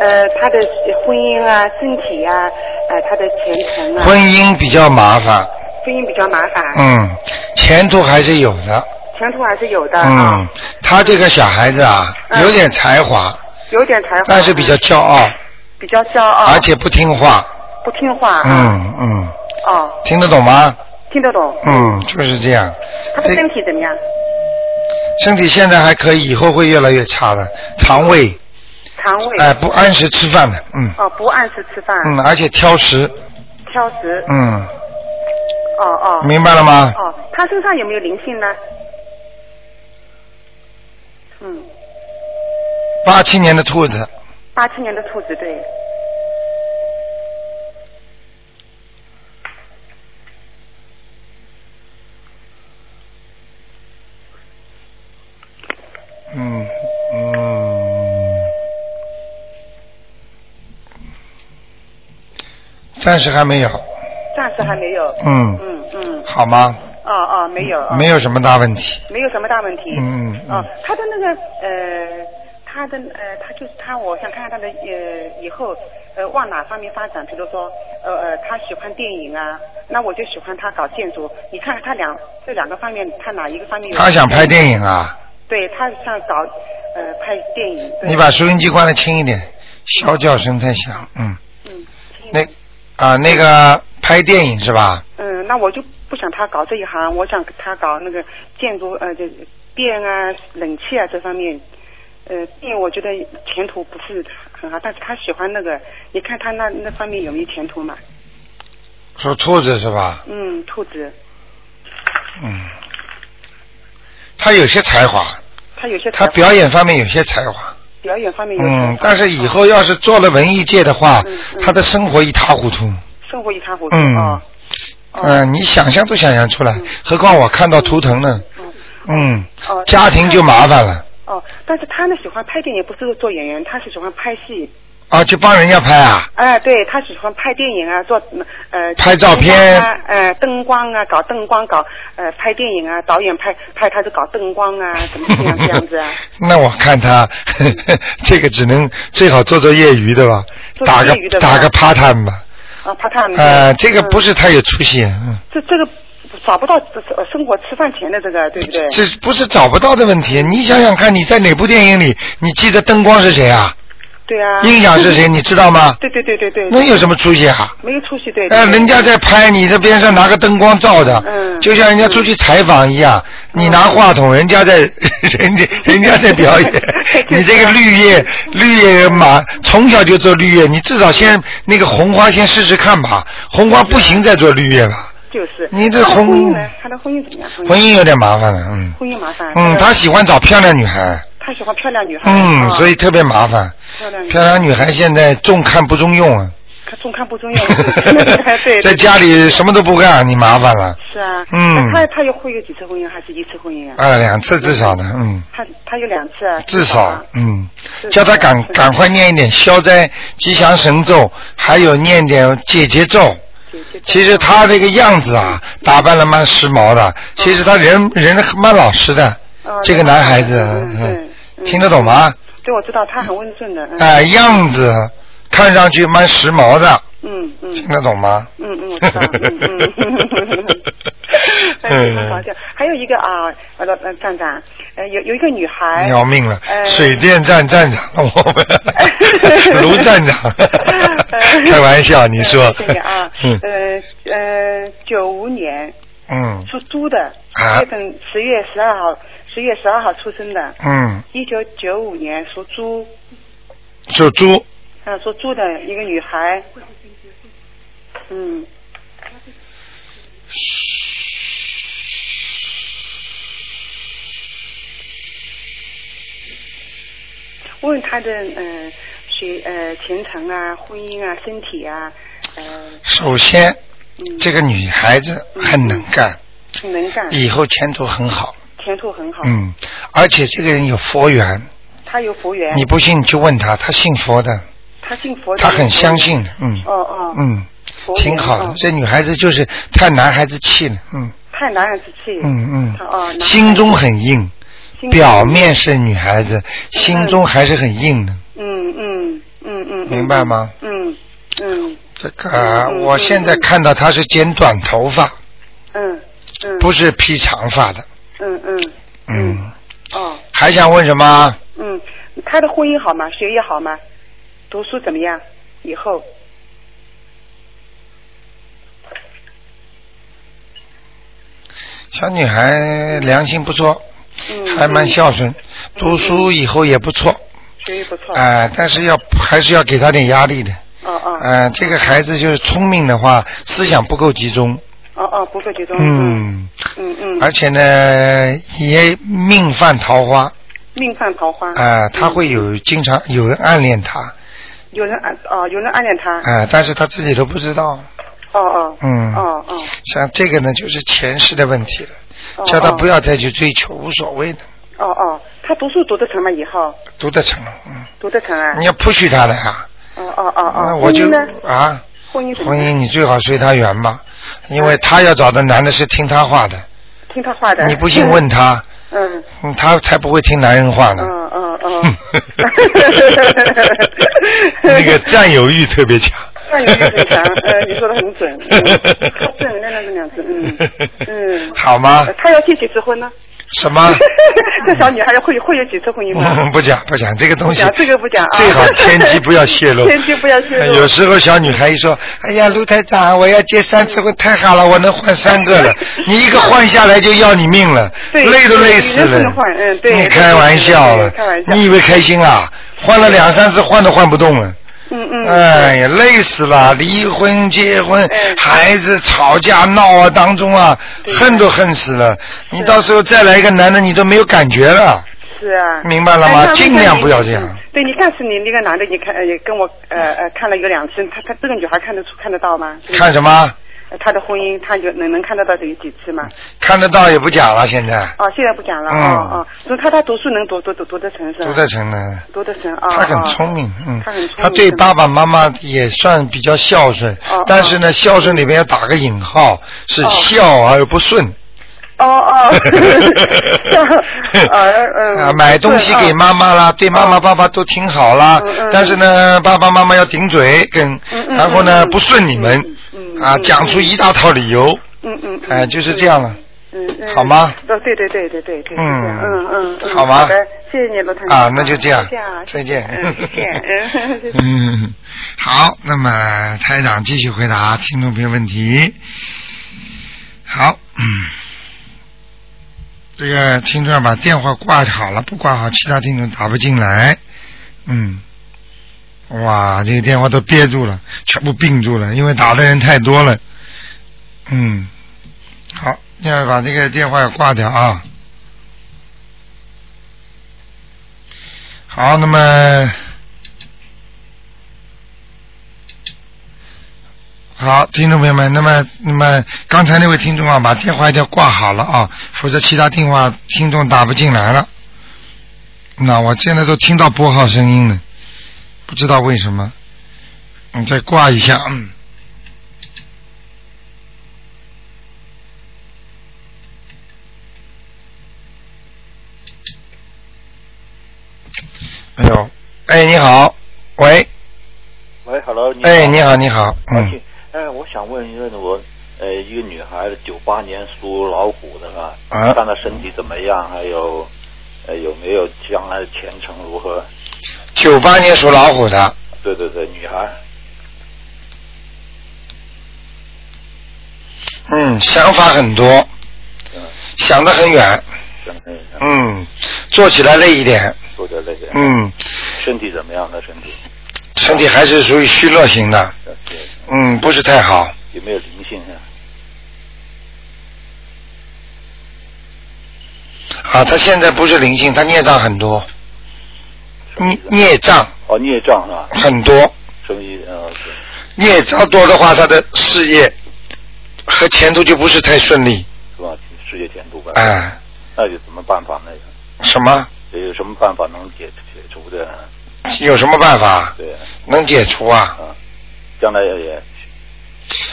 Speaker 5: 呃，他的婚姻啊、身体啊，呃，他的前程啊，
Speaker 1: 婚姻比较麻烦，
Speaker 5: 婚姻比较麻烦，
Speaker 1: 嗯，前途还是有的，
Speaker 5: 前途还是有的啊，
Speaker 1: 嗯，他这个小孩子啊，
Speaker 5: 嗯
Speaker 1: 有点才华，
Speaker 5: 有点才华，
Speaker 1: 但是比较骄傲，
Speaker 5: 比较骄傲，
Speaker 1: 而且不听话，
Speaker 5: 不听话，，
Speaker 1: 嗯嗯，
Speaker 5: 哦，
Speaker 1: 听得懂吗？
Speaker 5: 听得懂，
Speaker 1: 嗯，就是这样。
Speaker 5: 他的
Speaker 1: 这
Speaker 5: 身体怎么样？
Speaker 1: 身体现在还可以，以后会越来越差的，肠胃
Speaker 5: 嗯肠胃，
Speaker 1: 哎、不按时吃饭的，嗯
Speaker 5: 哦，不按时吃饭，
Speaker 1: 嗯，而且挑食，
Speaker 5: 挑食，
Speaker 1: 嗯，
Speaker 5: 哦哦，
Speaker 1: 明白了吗？
Speaker 5: 哦，他身上有没有灵性呢？嗯，
Speaker 1: 八七年的兔子，
Speaker 5: 八七年的兔子对，
Speaker 1: 嗯嗯，暂时还没有，
Speaker 5: 暂时还没有，
Speaker 1: 嗯，
Speaker 5: 嗯嗯，
Speaker 1: 好吗？
Speaker 5: 哦哦，没有，哦
Speaker 1: 没有什么大问题，
Speaker 5: 没有什么大问题。
Speaker 1: 嗯嗯
Speaker 5: 哦，他的那个呃，他的呃，他就是他，我想看看他的呃以后呃往哪方面发展，比如说呃呃，他喜欢电影啊，那我就喜欢他搞建筑。你看看他两这两个方面，他哪一个方面有？
Speaker 1: 他想拍电影啊，
Speaker 5: 对他想搞呃拍电影。对
Speaker 1: 你把收音机关的轻一点，小叫声太响，嗯，
Speaker 5: 嗯听
Speaker 1: 那啊、那个拍电影是吧？
Speaker 5: 嗯，那我就不想他搞这一行，我想他搞那个建筑呃，就电啊、冷气啊这方面。呃，电我觉得前途不是很好，但是他喜欢那个，你看他那那方面有没有前途嘛？
Speaker 1: 说兔子是吧？
Speaker 5: 嗯，兔子，
Speaker 1: 嗯，他有些才华，
Speaker 5: 他有些
Speaker 1: 他
Speaker 5: 才华
Speaker 1: 表演方面有些才华，
Speaker 5: 表演方面有才
Speaker 1: 嗯
Speaker 5: 华，
Speaker 1: 但是以后要是做了文艺界的话
Speaker 5: 嗯，嗯
Speaker 1: 他的生活一塌糊涂。
Speaker 5: 生活一塌糊涂
Speaker 1: 嗯，
Speaker 5: 哦
Speaker 1: 嗯、
Speaker 5: 哦
Speaker 1: 你想象都想象出来，何况我看到图腾呢。
Speaker 5: 嗯
Speaker 1: 嗯，
Speaker 5: 哦
Speaker 1: 家庭就麻烦了
Speaker 5: 哦，但是他呢喜欢拍电影，不是做演员，他是喜欢拍戏。
Speaker 1: 啊，就帮人家拍啊。 [laughs]
Speaker 5: 哎、对他喜欢拍电影啊，做呃
Speaker 1: 拍照片
Speaker 5: 灯光啊呃，灯光啊，搞灯光，搞呃拍电影啊，导演拍拍他就搞灯光啊，怎么这样这样子啊？
Speaker 1: 那我看他 [laughs] 这个只能最好做做业余的吧，
Speaker 5: 做做
Speaker 1: 打个
Speaker 5: 业余的吧
Speaker 1: 打个 part time 吧。
Speaker 5: 啊，怕他
Speaker 1: 呃，这个不
Speaker 5: 是、
Speaker 1: 是太有出息，嗯，
Speaker 5: 这这个找不到呃生活吃饭钱的这个，对不对？
Speaker 1: 这不是找不到的问题。你想想看，你在哪部电影里，你记得灯光是谁啊？
Speaker 5: 对啊。
Speaker 1: 音响是谁？你知道吗？
Speaker 5: 对对对对对，
Speaker 1: 那有什么出息啊？
Speaker 5: 没有出息对。
Speaker 1: 哎，
Speaker 5: 对
Speaker 1: 人家在拍，你这边上拿个灯光照的，
Speaker 5: 嗯，
Speaker 1: 就像人家出去采访一样，你拿话筒，人家在， [laughs] 人家人家在表演
Speaker 5: [laughs]
Speaker 1: 你这个绿叶绿叶马，从小就做绿叶，你至少先那个红花先试试看吧，红花不行再做绿叶吧，
Speaker 5: 就是。
Speaker 1: 你这
Speaker 5: 他的
Speaker 1: 婚
Speaker 5: 婚姻呢？他的婚姻怎么样？
Speaker 1: 婚姻有点麻烦了，嗯
Speaker 5: 婚姻麻烦。
Speaker 1: 嗯，他喜欢找漂亮女孩，
Speaker 5: 他喜欢漂亮女孩。
Speaker 1: 嗯，
Speaker 5: 啊
Speaker 1: 所以特别麻烦，
Speaker 5: 漂亮女
Speaker 1: 漂
Speaker 5: 孩
Speaker 1: 亮女孩现在重看不中用啊， [laughs]
Speaker 5: 看中看不中用。 [laughs] 对对。
Speaker 1: 在家里什么都不干，你麻烦了。
Speaker 5: 是啊，
Speaker 1: 嗯
Speaker 5: 那他他有会有几次婚姻，还是一次婚姻啊？
Speaker 1: 啊，两次至少的，嗯，
Speaker 5: 他他有两次啊，
Speaker 1: 至少
Speaker 5: 啊，
Speaker 1: 嗯
Speaker 5: 至
Speaker 1: 叫
Speaker 5: 少，
Speaker 1: 他赶
Speaker 5: 是
Speaker 1: 赶快念一点消灾吉祥神咒，还有念点解结咒。
Speaker 5: 对对对
Speaker 1: 其实他这个样子啊，打扮的蛮时髦的，其实他人人蛮老实的
Speaker 5: 嗯哦，
Speaker 1: 这个男孩子，
Speaker 5: 嗯嗯嗯
Speaker 1: 听得懂吗？
Speaker 5: 对，我知道他很温顺的，嗯
Speaker 1: 哎，样子看上去蛮时髦的，
Speaker 5: 嗯
Speaker 1: [laughs]
Speaker 5: 嗯
Speaker 1: 听得懂吗？
Speaker 5: 嗯嗯，我知道，嗯嗯
Speaker 1: [laughs] 嗯
Speaker 5: 哎非常搞笑。还有一个啊，呃，老呃站长，呃，有有一个女孩，
Speaker 1: 要命了！
Speaker 5: 呃
Speaker 1: 水电站站长， [laughs] 我们 [laughs] 卢站
Speaker 5: [laughs]
Speaker 1: 长
Speaker 5: 呃，
Speaker 1: 开玩笑，你说
Speaker 5: 呃谢谢啊，，
Speaker 1: 嗯
Speaker 5: 呃呃，九五年
Speaker 1: 嗯
Speaker 5: 属猪的，
Speaker 1: 啊
Speaker 5: 月份十月十二号，十月十二号出生的，
Speaker 1: 嗯，
Speaker 5: 一九九五年属猪，
Speaker 1: 属猪，
Speaker 5: 啊，属猪的一个女孩，嗯，问她的嗯、呃、学呃前程啊、婚姻啊、身体啊，呃
Speaker 1: 首先
Speaker 5: 嗯，
Speaker 1: 这个女孩子很能干，
Speaker 5: 很能干，
Speaker 1: 以后前途很好，
Speaker 5: 前途很好，
Speaker 1: 嗯，而且这个人有佛缘，
Speaker 5: 她有佛缘，
Speaker 1: 你不信你去问他，他信佛的，
Speaker 5: 她他信佛的。
Speaker 1: 她很相信的，嗯
Speaker 5: 哦哦，
Speaker 1: 嗯，
Speaker 5: 佛缘
Speaker 1: 挺好的
Speaker 5: 嗯。
Speaker 1: 这女孩子就是太男孩子气了，嗯
Speaker 5: 太男人之气。
Speaker 1: 嗯
Speaker 5: 哦哦，
Speaker 1: 嗯，心中很硬，
Speaker 5: 心中
Speaker 1: 表面是女孩子，心中还是很硬的，
Speaker 5: 嗯嗯嗯嗯，
Speaker 1: 明白吗？
Speaker 5: 嗯？嗯
Speaker 1: 这个呃
Speaker 5: 嗯嗯
Speaker 1: 我现在看到她是剪短头发，
Speaker 5: 嗯嗯，
Speaker 1: 不是披长发的，
Speaker 5: 嗯嗯
Speaker 1: 嗯。
Speaker 5: 哦
Speaker 1: 还想问什么？
Speaker 5: 嗯，他的婚姻好吗？学业好吗？读书怎么样？以后
Speaker 1: 小女孩良心不错，
Speaker 5: 嗯
Speaker 1: 还蛮孝顺，读书以后也不错，
Speaker 5: 学业不错。
Speaker 1: 啊、但是要还是要给她点压力的。
Speaker 5: 哦哦
Speaker 1: 呃，这个孩子就是聪明的话，思想不够集中，
Speaker 5: 哦哦，不够集中。
Speaker 1: 嗯，
Speaker 5: 嗯嗯，
Speaker 1: 而且呢也命犯桃花
Speaker 5: 命犯桃花。
Speaker 1: 啊、他会有经常有人暗恋他啊、
Speaker 5: 有人暗哦，有人暗恋他。
Speaker 1: 但是他自己都不知道，
Speaker 5: 哦哦。
Speaker 1: 哎嗯，
Speaker 5: 哦哦
Speaker 1: 像这个呢就是前世的问题了，
Speaker 5: 哦。
Speaker 1: 叫他不要再去追求，无所谓的，
Speaker 5: 哦哦，他读书读得成吗？以后
Speaker 1: 读得成，嗯，
Speaker 5: 读得成啊？
Speaker 1: 你要 push 他的呀、
Speaker 5: 哦哦哦
Speaker 1: 那
Speaker 5: 哦。
Speaker 1: 我就
Speaker 5: 婚姻呢？
Speaker 1: 啊，
Speaker 5: 婚姻怎么
Speaker 1: 婚姻
Speaker 5: 样？
Speaker 1: 你最好随他缘吧，因为他要找的男的是听他话的，
Speaker 5: 听他话的。
Speaker 1: 你不信问他，
Speaker 5: 嗯。
Speaker 1: 嗯他才不会听男人话呢。。
Speaker 5: 嗯嗯嗯
Speaker 1: [laughs] 那个占有欲特别
Speaker 5: [laughs]
Speaker 1: 强。
Speaker 5: 占有欲很强呃你说得很准嗯正能量的两字嗯嗯
Speaker 1: 好吗？
Speaker 5: 他要第几次婚呢？
Speaker 1: 什
Speaker 5: [laughs]
Speaker 1: 么？
Speaker 5: 这小女孩会会有几次婚姻
Speaker 1: 嗯
Speaker 5: 呢？
Speaker 1: 不讲不 [laughs] 讲这个东西
Speaker 5: 不讲，这个不讲啊
Speaker 1: 最好天机不要泄
Speaker 5: [laughs]
Speaker 1: 露，
Speaker 5: 天机不要泄露
Speaker 1: 呃 [laughs] 有时候小女孩一说，哎呀，卢台长，我要结三次婚，太好了，我能换三个
Speaker 5: [laughs]
Speaker 1: 了。你一个换下来就要你命了，
Speaker 5: 对
Speaker 1: 累都累死
Speaker 5: 女人不
Speaker 1: 了
Speaker 5: 能换。嗯对
Speaker 1: 你开玩笑了
Speaker 5: 对开玩，笑
Speaker 1: 你以为开心啊？换了两三次，换都换不动了。
Speaker 5: 嗯嗯。
Speaker 1: 哎呀，累死了！离婚、结婚、
Speaker 5: 嗯
Speaker 1: 孩子吵架闹啊当中啊，
Speaker 5: 对
Speaker 1: 恨都恨死了。你到时候再来一个男的，你都没有感觉了。
Speaker 5: 是啊，
Speaker 1: 明白了吗
Speaker 5: 哎那
Speaker 1: 尽量不要这样
Speaker 5: 嗯对你上次你那个男的，你看呃也跟我呃呃看了有两次，他他这个女孩看得出看得到吗？
Speaker 1: 看什么？
Speaker 5: 呃他的婚姻，他有能能看得到有几次吗？
Speaker 1: 看得到也不假了，现在
Speaker 5: 哦，现在不讲了，
Speaker 1: 嗯
Speaker 5: 哦哦，所以他他读书能读读读读得成是吧？
Speaker 1: 读得成呢。
Speaker 5: 读得成啊，
Speaker 1: 他很
Speaker 5: 哦
Speaker 1: 聪明，嗯
Speaker 5: 他很聪，明，
Speaker 1: 他对
Speaker 5: 是吗
Speaker 1: 爸爸妈妈也算比较孝顺
Speaker 5: 哦，
Speaker 1: 但是呢，孝顺里面要打个引号，是孝而不顺。
Speaker 2: [laughs]
Speaker 5: 哦哦，呃
Speaker 1: 啊，买东西给妈妈
Speaker 5: 哦
Speaker 1: 啦，对妈妈爸爸都挺好啦
Speaker 5: 嗯嗯。
Speaker 1: 但是呢，爸爸妈妈要顶嘴，跟
Speaker 5: 嗯嗯
Speaker 1: 然后呢
Speaker 5: 嗯
Speaker 1: 不顺你们
Speaker 5: 嗯，嗯
Speaker 1: 啊，
Speaker 5: 嗯
Speaker 1: 讲出一大套理由，
Speaker 5: 嗯嗯，嗯
Speaker 1: 哎，就是这样了。
Speaker 5: 嗯嗯，
Speaker 1: 好吗
Speaker 5: 哦？对对对对对对，是这
Speaker 1: 嗯
Speaker 5: 样嗯嗯嗯，
Speaker 1: 好吗
Speaker 5: 的，谢谢你，罗团长
Speaker 1: 啊，那就这样
Speaker 5: 谢谢啊，
Speaker 1: 再见
Speaker 5: 嗯谢谢，嗯 [laughs]
Speaker 1: [laughs]
Speaker 5: 谢谢。
Speaker 1: 嗯，好，那么台长继续回答听众朋友问题。好，嗯，这个听众要把电话挂好了，不挂好，其他听众打不进来。嗯，哇，这个电话都憋住了，全部并住了，因为打的人太多了。嗯，好，要把这个电话挂掉啊。好，那么好，听众朋友们，那么那么刚才那位听众啊，把电话一定要挂好了啊，否则其他电话听众打不进来了。那我现在都听到拨号声音了，不知道为什么。你再挂一下，嗯。哎呦，哎，你好，喂，
Speaker 6: 喂，Hello，你好。
Speaker 1: 哎，你好，你好，
Speaker 6: 而
Speaker 1: 嗯
Speaker 6: 且，，哎，我想问一问我，呃，一个女孩，九八年属老虎的啊，
Speaker 1: 啊
Speaker 6: 看她身体怎么样，还有，呃，有没有将来的前程如何？
Speaker 1: 九八年属老虎的，
Speaker 6: 对对对，女孩，
Speaker 1: 嗯，想法很多，
Speaker 6: 嗯，
Speaker 1: 想得很远，
Speaker 6: 像那个，
Speaker 1: 嗯，做起来累一点，
Speaker 6: 说的那个，，
Speaker 1: 嗯，
Speaker 6: 身体怎么样？她身体，
Speaker 1: 身体还是属于虚弱型的，
Speaker 6: 呃对，
Speaker 1: 嗯，不是太好，
Speaker 6: 有没有灵性啊？
Speaker 1: 啊，他现在不是灵性，他孽障很多，
Speaker 6: 什么意
Speaker 1: 孽
Speaker 6: 思啊
Speaker 1: 孽障
Speaker 6: 哦，孽障是吧？
Speaker 1: 很多，
Speaker 6: 什么意思？呃，对
Speaker 1: 孽障多的话，他的事业和前途就不是太顺利，
Speaker 6: 是吧？世界前途吧。
Speaker 1: 哎、，
Speaker 6: 那有什么办法呢？
Speaker 1: 什么？
Speaker 6: 有什么办法能解解除的？啊
Speaker 1: 有什么办法？
Speaker 6: 对，
Speaker 1: 能解除啊？
Speaker 6: 啊，将来也也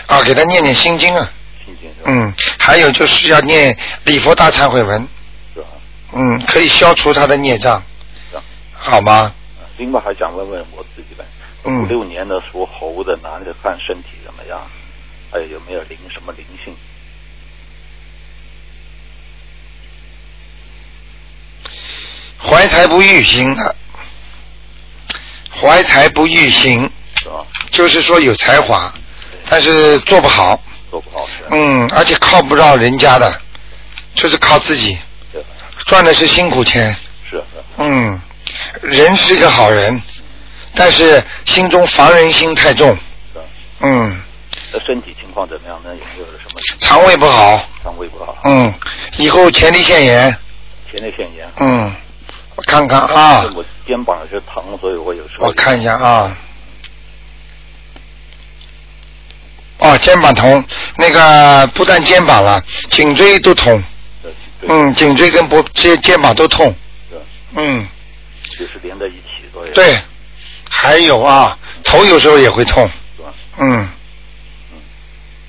Speaker 1: 啊，给他念念心经啊。
Speaker 6: 心情是吧？
Speaker 1: 嗯，还有就是要念礼佛大忏悔文，
Speaker 6: 是吧？
Speaker 1: 嗯，可以消除他的孽障
Speaker 6: 行，
Speaker 1: 好吗？
Speaker 6: 啊另外还想问问我自己呗，
Speaker 1: 嗯
Speaker 6: 五六年的属猴的男的，看身体怎么样，还有有没有灵什么灵性？
Speaker 1: 怀才不遇型的，怀才不遇型，
Speaker 6: 是啊吧？
Speaker 1: 就是说有才华，但是做不好，
Speaker 6: 做不好事，
Speaker 1: 嗯，而且靠不到人家的，就是靠自己，
Speaker 6: 对，
Speaker 1: 赚的是辛苦钱，
Speaker 6: 是是，
Speaker 1: 嗯，人是一个好人，但是心中防人心太重，
Speaker 6: 是吧。啊
Speaker 1: 嗯，
Speaker 6: 那身体情况怎么样呢？有没有什么
Speaker 1: 肠胃不好，
Speaker 6: 肠胃不好？
Speaker 1: 嗯，以后前列腺炎，
Speaker 6: 前列腺炎。
Speaker 1: 嗯，我看看啊，
Speaker 6: 我肩膀是疼，所以我有时候
Speaker 1: 我看一下啊。哦，肩膀疼，那个不但肩膀了，颈椎都痛。
Speaker 6: 对，
Speaker 1: 嗯，颈椎跟脖肩肩膀都痛。
Speaker 6: 对，
Speaker 1: 嗯，
Speaker 6: 就是连在一起，所以
Speaker 1: 对，还有啊，头有时候也会痛。
Speaker 6: 是吧？
Speaker 1: 嗯。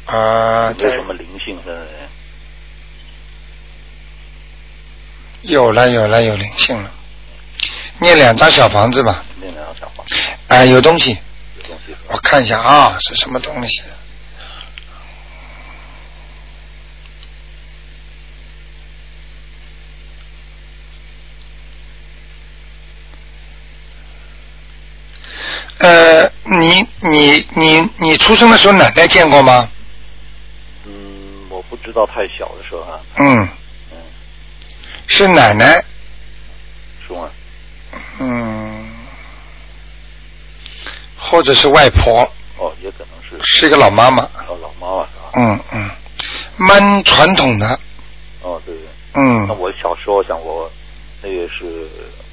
Speaker 1: 啊、
Speaker 6: 有
Speaker 1: 这
Speaker 6: 什么灵性的？
Speaker 1: 有了有了有灵性了，念两张小房子吧，
Speaker 6: 那两小话，
Speaker 1: 啊、有东西，
Speaker 6: 有东西是吧
Speaker 1: 我看一下啊，是什么东西？呃，你你你你出生的时候奶奶见过吗？
Speaker 6: 嗯，我不知道太小的时候啊，
Speaker 1: 嗯，
Speaker 6: 嗯，
Speaker 1: 是奶奶。
Speaker 6: 是吗？
Speaker 1: 嗯，或者是外婆，
Speaker 6: 哦，也可能是
Speaker 1: 是一个老妈妈。
Speaker 6: 哦，老妈妈是吧？
Speaker 1: 嗯嗯，蛮传统的。
Speaker 6: 哦，对对。那
Speaker 1: 嗯，
Speaker 6: 我小时候想我，那个是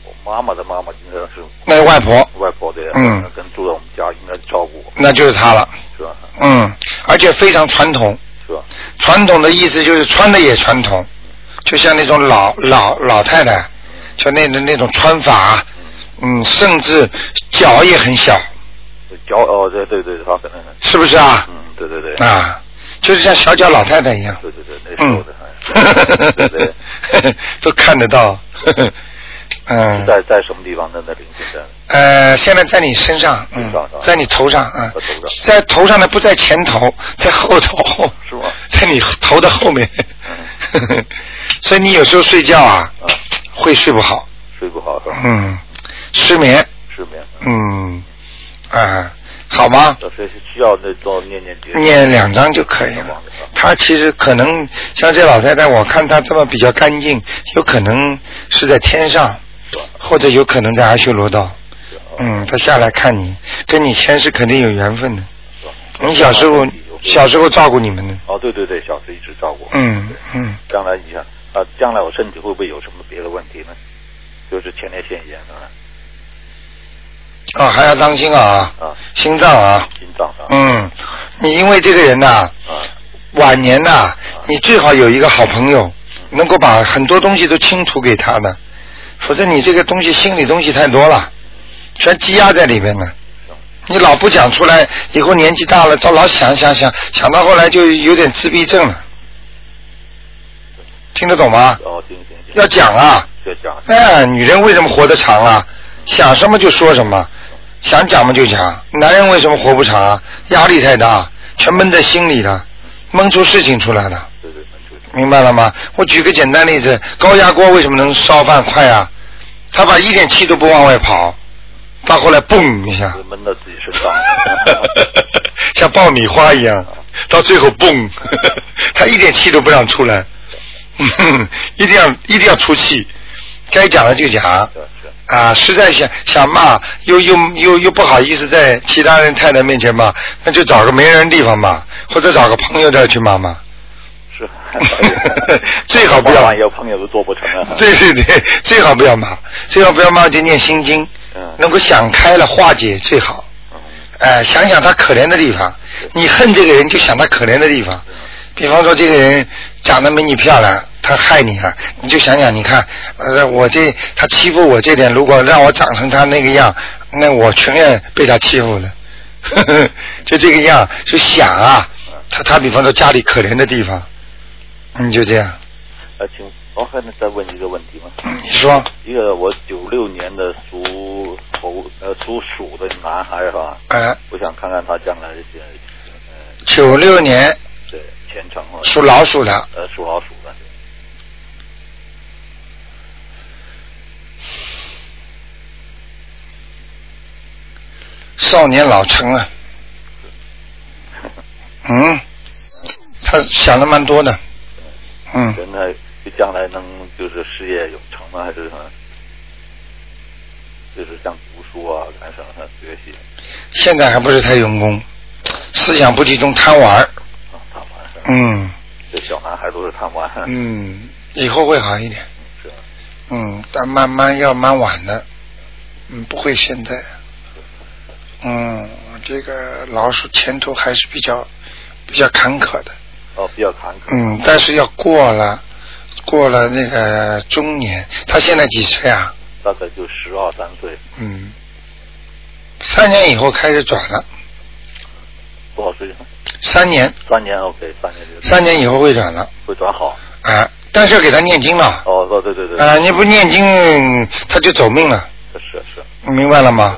Speaker 6: 我妈妈的妈妈，应该是
Speaker 1: 那外婆，
Speaker 6: 外婆的，
Speaker 1: 嗯
Speaker 6: 跟住在我们家，应该照顾我，
Speaker 1: 那就是她了。
Speaker 6: 是吧？
Speaker 1: 嗯，而且非常传统。
Speaker 6: 是吧？
Speaker 1: 传统的意思就是穿的也传统，就像那种老老老太太，就那种那种穿法，嗯，甚至脚也很小，
Speaker 6: 脚哦，对对对，她可能，
Speaker 1: 是不是啊？
Speaker 6: 嗯，对对对，
Speaker 1: 啊，就是像小脚老太太一样。
Speaker 6: 对对对，那时候
Speaker 1: 嗯
Speaker 6: 的，哎对对，
Speaker 1: [laughs] 都看得到。 [laughs]
Speaker 6: 是
Speaker 1: 嗯，
Speaker 6: 在在什么地方？在那邻居在
Speaker 1: 呃，现在在你身上，嗯
Speaker 6: 身上是吧，
Speaker 1: 在你头上啊
Speaker 6: 在头上，
Speaker 1: 在头上的不在前头，在后头，
Speaker 6: 是吗？
Speaker 1: [laughs]
Speaker 6: 嗯
Speaker 1: 在你头的后面。 [laughs] 所以你有时候睡觉啊，
Speaker 6: 啊，
Speaker 1: 会睡不好，
Speaker 6: 睡不好是吧？
Speaker 1: 嗯，失眠，
Speaker 6: 失眠。
Speaker 1: 嗯，啊，好吗？
Speaker 6: 老师需要那多念念经。
Speaker 1: 念两张就可以了。他其实可能像这老太太，我看她这么比较干净，有可能是在天上，
Speaker 6: 是吧？
Speaker 1: 或者有可能在阿修罗道。
Speaker 6: 是吧
Speaker 1: 嗯，她下来看你，跟你前世肯定有缘分的。
Speaker 6: 是吧
Speaker 1: 你小时候小时候照顾你们的。
Speaker 6: 哦，对对对，小时候一直照顾我。
Speaker 1: 嗯
Speaker 6: 对
Speaker 1: 嗯，
Speaker 6: 将来你想啊，将来我身体会不会有什么别的问题呢？就是前列腺炎啊，
Speaker 1: 啊，还要当心啊，
Speaker 6: 啊，
Speaker 1: 心脏啊，
Speaker 6: 心脏上
Speaker 1: 嗯，你因为这个人呐、
Speaker 6: 啊，
Speaker 1: 晚年呐、你最好有一个好朋友，能够把很多东西都倾吐给他的，否则你这个东西心里东西太多了，全积压在里面呢。你老不讲出来，以后年纪大了，到老想想想，想到后来就有点自闭症了。听得懂吗？
Speaker 6: 哦，行行行，
Speaker 1: 要讲啊！
Speaker 6: 就这样，
Speaker 1: 哎，女人为什么活得长啊？想什么就说什么，想讲嘛就讲。男人为什么活不长啊？压力太大，全闷在心里了，闷出事情出来了。
Speaker 6: 对对，能出
Speaker 1: 明白了吗？我举个简单例子，高压锅为什么能烧饭快啊？他把一点气都不往外跑，到后来嘣一下，
Speaker 6: 闷到自己身上。
Speaker 1: [laughs] 像爆米花一样，到最后嘣， [laughs] 他一点气都不让出来， [laughs] 一定要一定要出气，该讲的就讲。
Speaker 6: 是是，
Speaker 1: 啊，实在想想骂，又又又又不好意思在其他人太太面前骂，那就找个没人的地方骂，或者找个朋友这儿去骂骂。，
Speaker 6: 是
Speaker 1: [laughs] 最好不要
Speaker 6: 晚上有朋友都做不成啊。
Speaker 1: 对 [laughs] 对对，最好不要骂，最好不要骂就念心经，
Speaker 6: 嗯
Speaker 1: 能够想开了化解最好。
Speaker 6: 嗯，
Speaker 1: 哎、想想他可怜的地方，
Speaker 6: 嗯
Speaker 1: 你恨这个人就想他可怜的地方。比方说这个人长得没你漂亮，他害你了。你就想想，你看，呃，我这他欺负我这点，如果让我长成他那个样，那我情愿被他欺负了。 [laughs] 就这个样，就想啊，他他比方说家里可怜的地方，你就这样。
Speaker 6: 呃，请我还能再问一个问题吗？
Speaker 1: 你说，
Speaker 6: 一个我九六年的属猴呃属鼠的男孩哈，
Speaker 1: 呃，
Speaker 6: 我想看看他将来的这呃
Speaker 1: 九六年
Speaker 6: 这前程啊。
Speaker 1: 属老鼠的，
Speaker 6: 呃，属老鼠的，
Speaker 1: 少年老成啊。嗯，他想的蛮多的。嗯，
Speaker 6: 人呢就将来能就是事业有成吗？还是什么？就是像读书啊，赶上上学习
Speaker 1: 现在还不是太用功，思想不集中，贪玩儿。
Speaker 6: 啊，贪玩是吧。
Speaker 1: 嗯
Speaker 6: 这小男孩都是贪玩。 [laughs]
Speaker 1: 嗯，以后会好一点。
Speaker 6: 是吧。啊
Speaker 1: 嗯，但慢慢要蛮晚的，嗯，不会现在。嗯，这个老鼠前途还是比较比较坎坷的。
Speaker 6: 哦，比较坎坷。
Speaker 1: 嗯，但是要过了过了那个中年，他现在几岁啊？
Speaker 6: 大概就十二三岁，
Speaker 1: 嗯，三年以后开始转了，
Speaker 6: 多少岁呢？
Speaker 1: 三年
Speaker 6: 三年 OK，三年就
Speaker 1: 三年以后会转了
Speaker 6: 会转好。
Speaker 1: 啊，但是给他念经了
Speaker 6: 哦，对对对对。
Speaker 1: 啊，你不念经他就走命了，
Speaker 6: 是是，
Speaker 1: 明白了吗？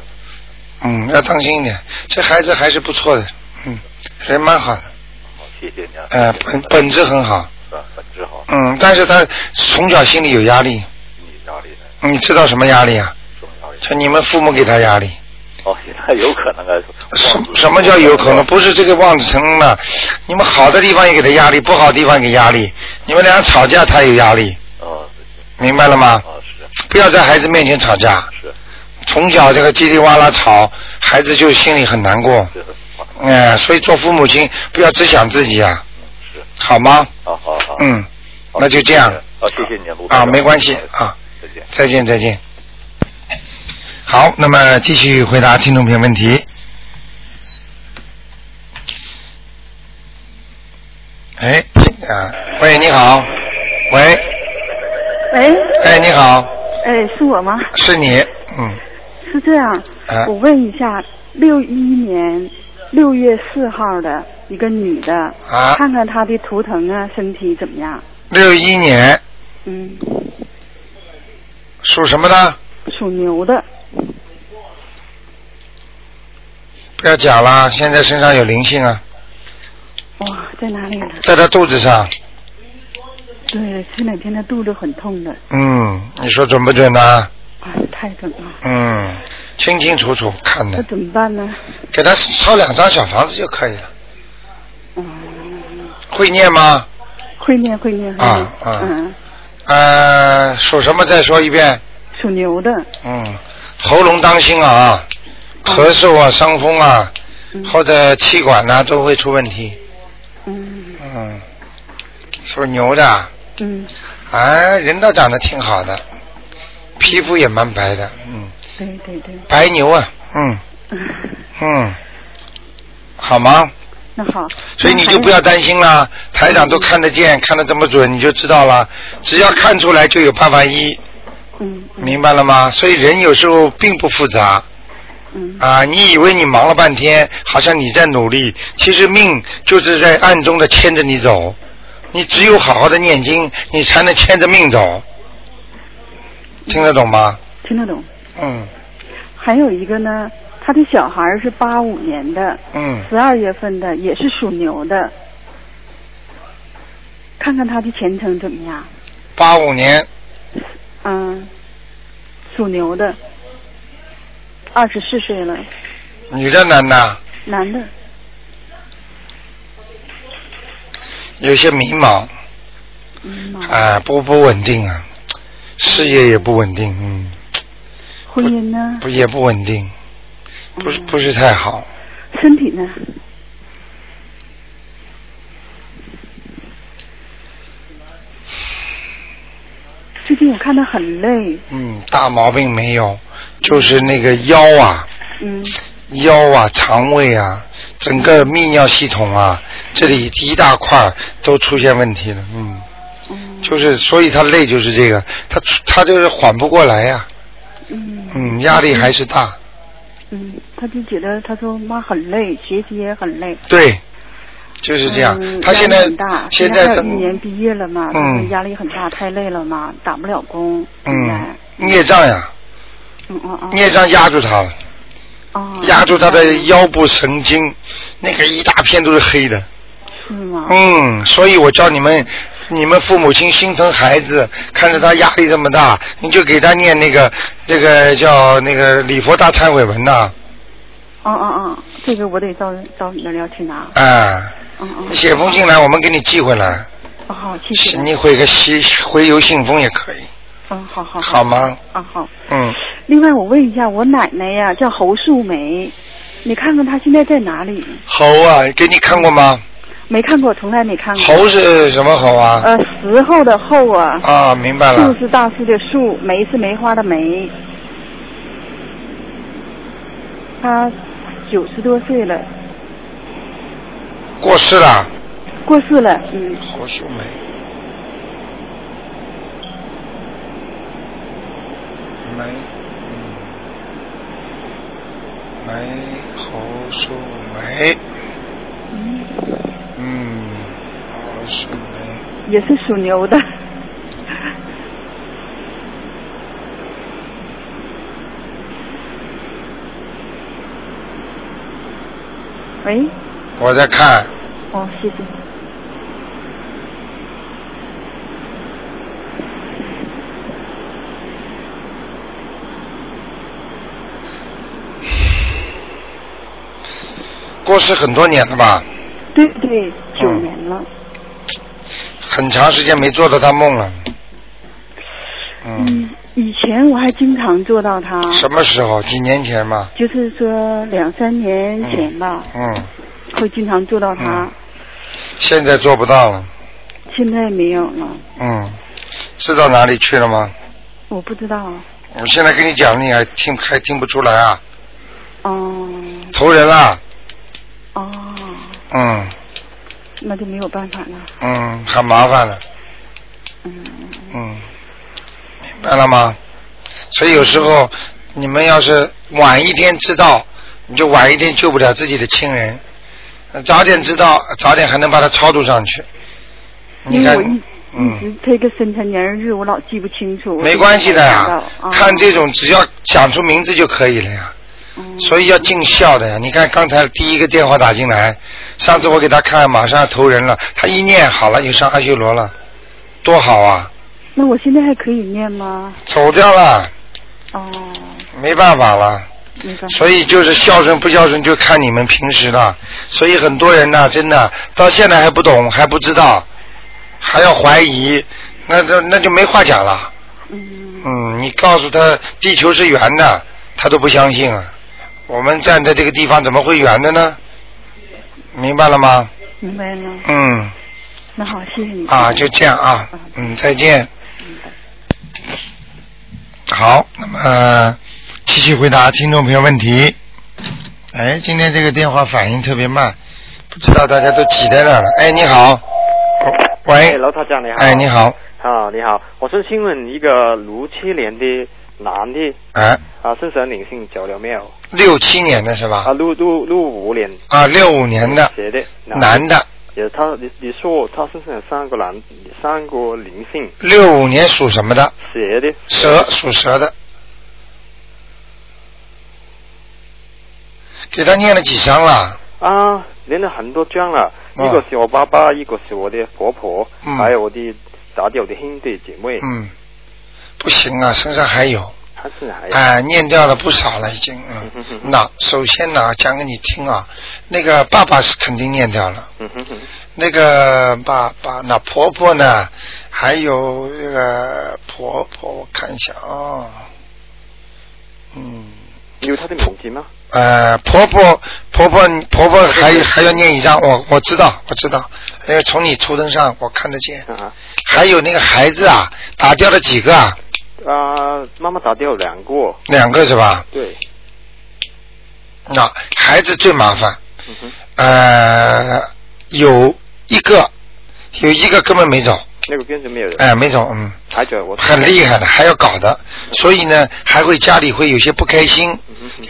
Speaker 1: 嗯，要当心一点，这孩子还是不错的，嗯，人蛮好的，
Speaker 6: 好，谢谢你啊。
Speaker 1: 呃，
Speaker 6: 谢谢
Speaker 1: 本
Speaker 6: 你啊
Speaker 1: 本质很好，
Speaker 6: 啊，本质好，
Speaker 1: 嗯，但是他从小心里有压力，嗯
Speaker 6: 你压力呢？
Speaker 1: 你知道什么压力啊？
Speaker 6: 什么压力？
Speaker 1: 就你们父母给他压力。
Speaker 6: 哦，现在 [laughs] 有可能啊。
Speaker 1: 什什么叫有可能？不是这个望子成龙了，你们好的地方也给他压力，不好的地方也给压力，你们俩吵架他有压力，
Speaker 6: 哦，
Speaker 1: 明白了吗？
Speaker 6: 哦是
Speaker 1: 不要在孩子面前吵架，
Speaker 6: 是
Speaker 1: 从小这个叽里哇啦吵，孩子就心里很难过。
Speaker 6: 是，
Speaker 1: 哎、所以做父母亲不要只想自己啊，
Speaker 6: 嗯是，
Speaker 1: 好吗？
Speaker 6: 好好好，
Speaker 1: 嗯，
Speaker 6: 好，
Speaker 1: 那就这样
Speaker 6: 谢谢好，谢谢你啊，卢
Speaker 1: 啊，
Speaker 6: 台长
Speaker 1: 没关系啊。
Speaker 6: 再见。
Speaker 1: 再见，再见。好，那么继续回答听众朋友问题。哎，啊，喂，你好，喂，
Speaker 7: 嗯喂，
Speaker 1: 哎，你好，
Speaker 7: 哎，是我吗？
Speaker 1: 是你，嗯，
Speaker 7: 是这样，
Speaker 1: 啊
Speaker 7: 我问一下，六一年六月四号的一个女的，
Speaker 1: 啊
Speaker 7: 看看她的图腾啊，身体怎么样？
Speaker 1: 六一年
Speaker 7: 嗯，
Speaker 1: 属什么的？
Speaker 7: 属牛的，
Speaker 1: 不要讲了，现在身上有灵性啊，
Speaker 7: 哇，在哪里呢？
Speaker 1: 在他肚子上，
Speaker 7: 对，这两天她肚子很痛的，
Speaker 1: 嗯，你说准不准呢、
Speaker 7: 啊，太准了，
Speaker 1: 嗯，清清楚楚看
Speaker 7: 那
Speaker 1: 的，
Speaker 7: 怎么办呢？
Speaker 1: 给他抄两张小房子就可以了。
Speaker 7: 嗯，
Speaker 1: 会念吗？
Speaker 7: 会念会念会念，
Speaker 1: 啊啊
Speaker 7: 嗯，
Speaker 1: 呃，属什么？再说一遍。
Speaker 7: 属牛的，
Speaker 1: 嗯，喉咙当心啊，咳嗽啊，伤风啊，
Speaker 7: 嗯
Speaker 1: 或者气管呐、都会出问题。
Speaker 7: 嗯
Speaker 1: 嗯，属牛的，
Speaker 7: 嗯，
Speaker 1: 哎，人倒长得挺好的，皮肤也蛮白的，嗯，
Speaker 7: 对对对，
Speaker 1: 白牛啊，嗯嗯，好吗？
Speaker 7: 那好，
Speaker 1: 所以你
Speaker 7: 那还
Speaker 1: 就不要担心啦，
Speaker 7: 嗯
Speaker 1: 台长都看得见，看得这么准，你就知道了。只要看出来就有办法医，
Speaker 7: 嗯嗯
Speaker 1: 明白了吗？所以人有时候并不复杂。
Speaker 7: 嗯
Speaker 1: 啊，你以为你忙了半天，好像你在努力，其实命就是在暗中的牵着你走。你只有好好的念经，你才能牵着命走。听得懂吗？
Speaker 7: 听得懂。
Speaker 1: 嗯
Speaker 7: 还有一个呢，他的小孩儿是八五年的，
Speaker 1: 嗯，
Speaker 7: 十二月份的，也是属牛的，看看他的前程怎么样。
Speaker 1: 八五年
Speaker 7: 嗯，属牛的，二十四岁了，
Speaker 1: 女的男的
Speaker 7: 男的，
Speaker 1: 有些迷茫
Speaker 7: 嗯，
Speaker 1: 啊，不不稳定啊，事业也不稳定，嗯，
Speaker 7: 婚姻呢？
Speaker 1: 不也不稳定，不是
Speaker 7: 嗯
Speaker 1: 不是太好。
Speaker 7: 身体呢？最近我看他很累，
Speaker 1: 嗯，大毛病没有，就是那个腰啊，
Speaker 7: 嗯
Speaker 1: 腰啊、肠胃啊、整个泌尿系统啊，这里一大块儿都出现问题了。嗯，
Speaker 7: 嗯，
Speaker 1: 就是所以他累就是这个，他他就是缓不过来呀、
Speaker 7: 嗯
Speaker 1: 嗯，压力还是大，
Speaker 7: 嗯，他就觉得他说妈很累，学习也很累。
Speaker 1: 对，就是这样。
Speaker 7: 嗯
Speaker 1: 他现
Speaker 7: 压力
Speaker 1: 在
Speaker 7: 很大，
Speaker 1: 现
Speaker 7: 在
Speaker 1: 在
Speaker 7: 还有
Speaker 1: 他
Speaker 7: 一年毕业了嘛，
Speaker 1: 嗯
Speaker 7: 他说压力很大，太累了嘛，打不了工。现在
Speaker 1: 嗯，孽障呀，
Speaker 7: 嗯嗯嗯。
Speaker 1: 孽障压住他了，
Speaker 7: 哦
Speaker 1: 压住他的腰部神经，那个一大片都是黑的。
Speaker 7: 是吗？
Speaker 1: 嗯，所以我叫你们，你们父母亲心疼孩子，看着他压力这么大，你就给他念那个这个叫那个礼佛大忏悔文呐、
Speaker 7: 哦哦哦，这个我得找找你那里要去拿。
Speaker 1: 啊，
Speaker 7: 嗯嗯。
Speaker 1: 写封信来，我们给你寄回来，
Speaker 7: 哦。好，谢谢。
Speaker 1: 你回个信回邮信封也可以，
Speaker 7: 嗯，好好
Speaker 1: 好？吗？
Speaker 7: 啊好。
Speaker 1: 嗯，
Speaker 7: 另外，我问一下，我奶奶呀叫侯素梅，你看看她现在在哪里？
Speaker 1: 猴啊，给你看过吗？
Speaker 7: 没看过，从来没看过。
Speaker 1: 猴是什么猴啊？
Speaker 7: 呃，时候的候啊，
Speaker 1: 啊，明白
Speaker 7: 树
Speaker 1: 了。
Speaker 7: 是大树的树，梅是梅花的梅。她九十多岁了，
Speaker 1: 过世了，
Speaker 7: 过世了，嗯，
Speaker 1: 侯秀梅。梅，嗯，梅侯秀梅， [laughs] 嗯，侯秀梅，
Speaker 7: 也是属牛的。喂，
Speaker 1: 我在看，
Speaker 7: 哦，谢谢。
Speaker 1: 过世很多年了吧，
Speaker 7: 对对，九
Speaker 1: 嗯
Speaker 7: 年了。
Speaker 1: 很长时间没做到他梦了。嗯，
Speaker 7: 嗯，以前我还经常做到他，
Speaker 1: 什么时候？几年前嘛。
Speaker 7: 就是说两三年前吧，
Speaker 1: 嗯，
Speaker 7: 会经常做到他，
Speaker 1: 嗯现在做不到了。
Speaker 7: 现在没有了，
Speaker 1: 嗯，知道哪里去了吗？
Speaker 7: 我不知道。
Speaker 1: 我现在跟你讲，你还听还听不出来啊？
Speaker 7: 哦
Speaker 1: 投人啦，
Speaker 7: 哦，
Speaker 1: 嗯
Speaker 7: 那就没有办法了。
Speaker 1: 嗯，很麻烦了，
Speaker 7: 嗯，
Speaker 1: 嗯，明白了吗？所以有时候你们要是晚一天知道，你就晚一天救不了自己的亲人；早点知道，早点还能把他超度上去。你
Speaker 7: 因为
Speaker 1: 看
Speaker 7: 我一，一
Speaker 1: 嗯，
Speaker 7: 直这个生辰年日我老记不清楚。
Speaker 1: 没关系的呀
Speaker 7: 呀、啊。
Speaker 1: 看这种只要讲出名字就可以了呀。
Speaker 7: 嗯
Speaker 1: 所以要尽孝的呀。你看刚才第一个电话打进来，上次我给他看，马上要投人了，他一念好了就上阿修罗了，多好啊！
Speaker 7: 那我现在还可以念吗？
Speaker 1: 走掉了，
Speaker 7: 哦，
Speaker 1: 没办法了。
Speaker 7: 没办法。
Speaker 1: 所以就是孝顺不孝顺，就看你们平时了。所以很多人呐、真的到现在还不懂，还不知道，还要怀疑，那就那就没话讲了。
Speaker 7: 嗯
Speaker 1: 嗯，你告诉他地球是圆的，他都不相信啊。我们站在这个地方怎么会圆的呢？明白了吗？
Speaker 7: 明白了。
Speaker 1: 嗯，
Speaker 7: 那好，谢谢你。
Speaker 1: 啊，就这样啊，嗯，再见。好，那么、呃继续回答听众朋友问题。哎，今天这个电话反应特别慢，不知道大家都挤在那儿了。哎，你好，哦
Speaker 8: 哎，
Speaker 1: 喂，
Speaker 8: 楼台长你好。
Speaker 1: 哎，你。好，
Speaker 8: 啊，你好，我是请问一个六七年的男的
Speaker 1: 哎，
Speaker 8: 啊，身上灵性走了没有？
Speaker 1: 六七年的是
Speaker 8: 啊，
Speaker 1: 吧？
Speaker 8: 六六六五年
Speaker 1: 啊，六五年的
Speaker 8: 写的
Speaker 1: 男的，
Speaker 8: 也他你你说他身上有三个男三个灵性
Speaker 1: 六五年属什么的？
Speaker 8: 写的
Speaker 1: 蛇属蛇的，给他念了几张了？
Speaker 8: 啊，连了很多张了，
Speaker 1: 啊
Speaker 8: 一个是我爸爸，一个是我的婆婆，
Speaker 1: 嗯
Speaker 8: 还有我的打掉的兄弟姐妹，
Speaker 1: 嗯，不行啊，身上还有，
Speaker 8: 他是还
Speaker 1: 哎、念掉了不少了已经。
Speaker 8: 嗯哼
Speaker 1: 嗯，
Speaker 8: 哼
Speaker 1: 那首先呢，讲给你听啊，那个爸爸是肯定念掉了，
Speaker 8: 嗯哼哼，
Speaker 1: 那个爸爸那婆婆呢，还有那个婆婆，我看一下啊、嗯。
Speaker 8: 有他的名字吗？
Speaker 1: 呃，婆婆婆婆婆婆还还要念一张，我我知道我知道，因为从你图腾上我看得见。
Speaker 8: 啊
Speaker 1: 还有那个孩子啊，打掉了几个啊？
Speaker 8: 啊，妈妈打掉两个，
Speaker 1: 两个是吧？
Speaker 8: 对，
Speaker 1: 那、啊孩子最麻烦，
Speaker 8: 嗯哼。
Speaker 1: 呃，有一个有一个根本没走，
Speaker 8: 那个边是没有人。
Speaker 1: 哎，没走，嗯，
Speaker 8: 台长，我
Speaker 1: 很厉害的，还要搞的，所以呢，还会家里会有些不开心，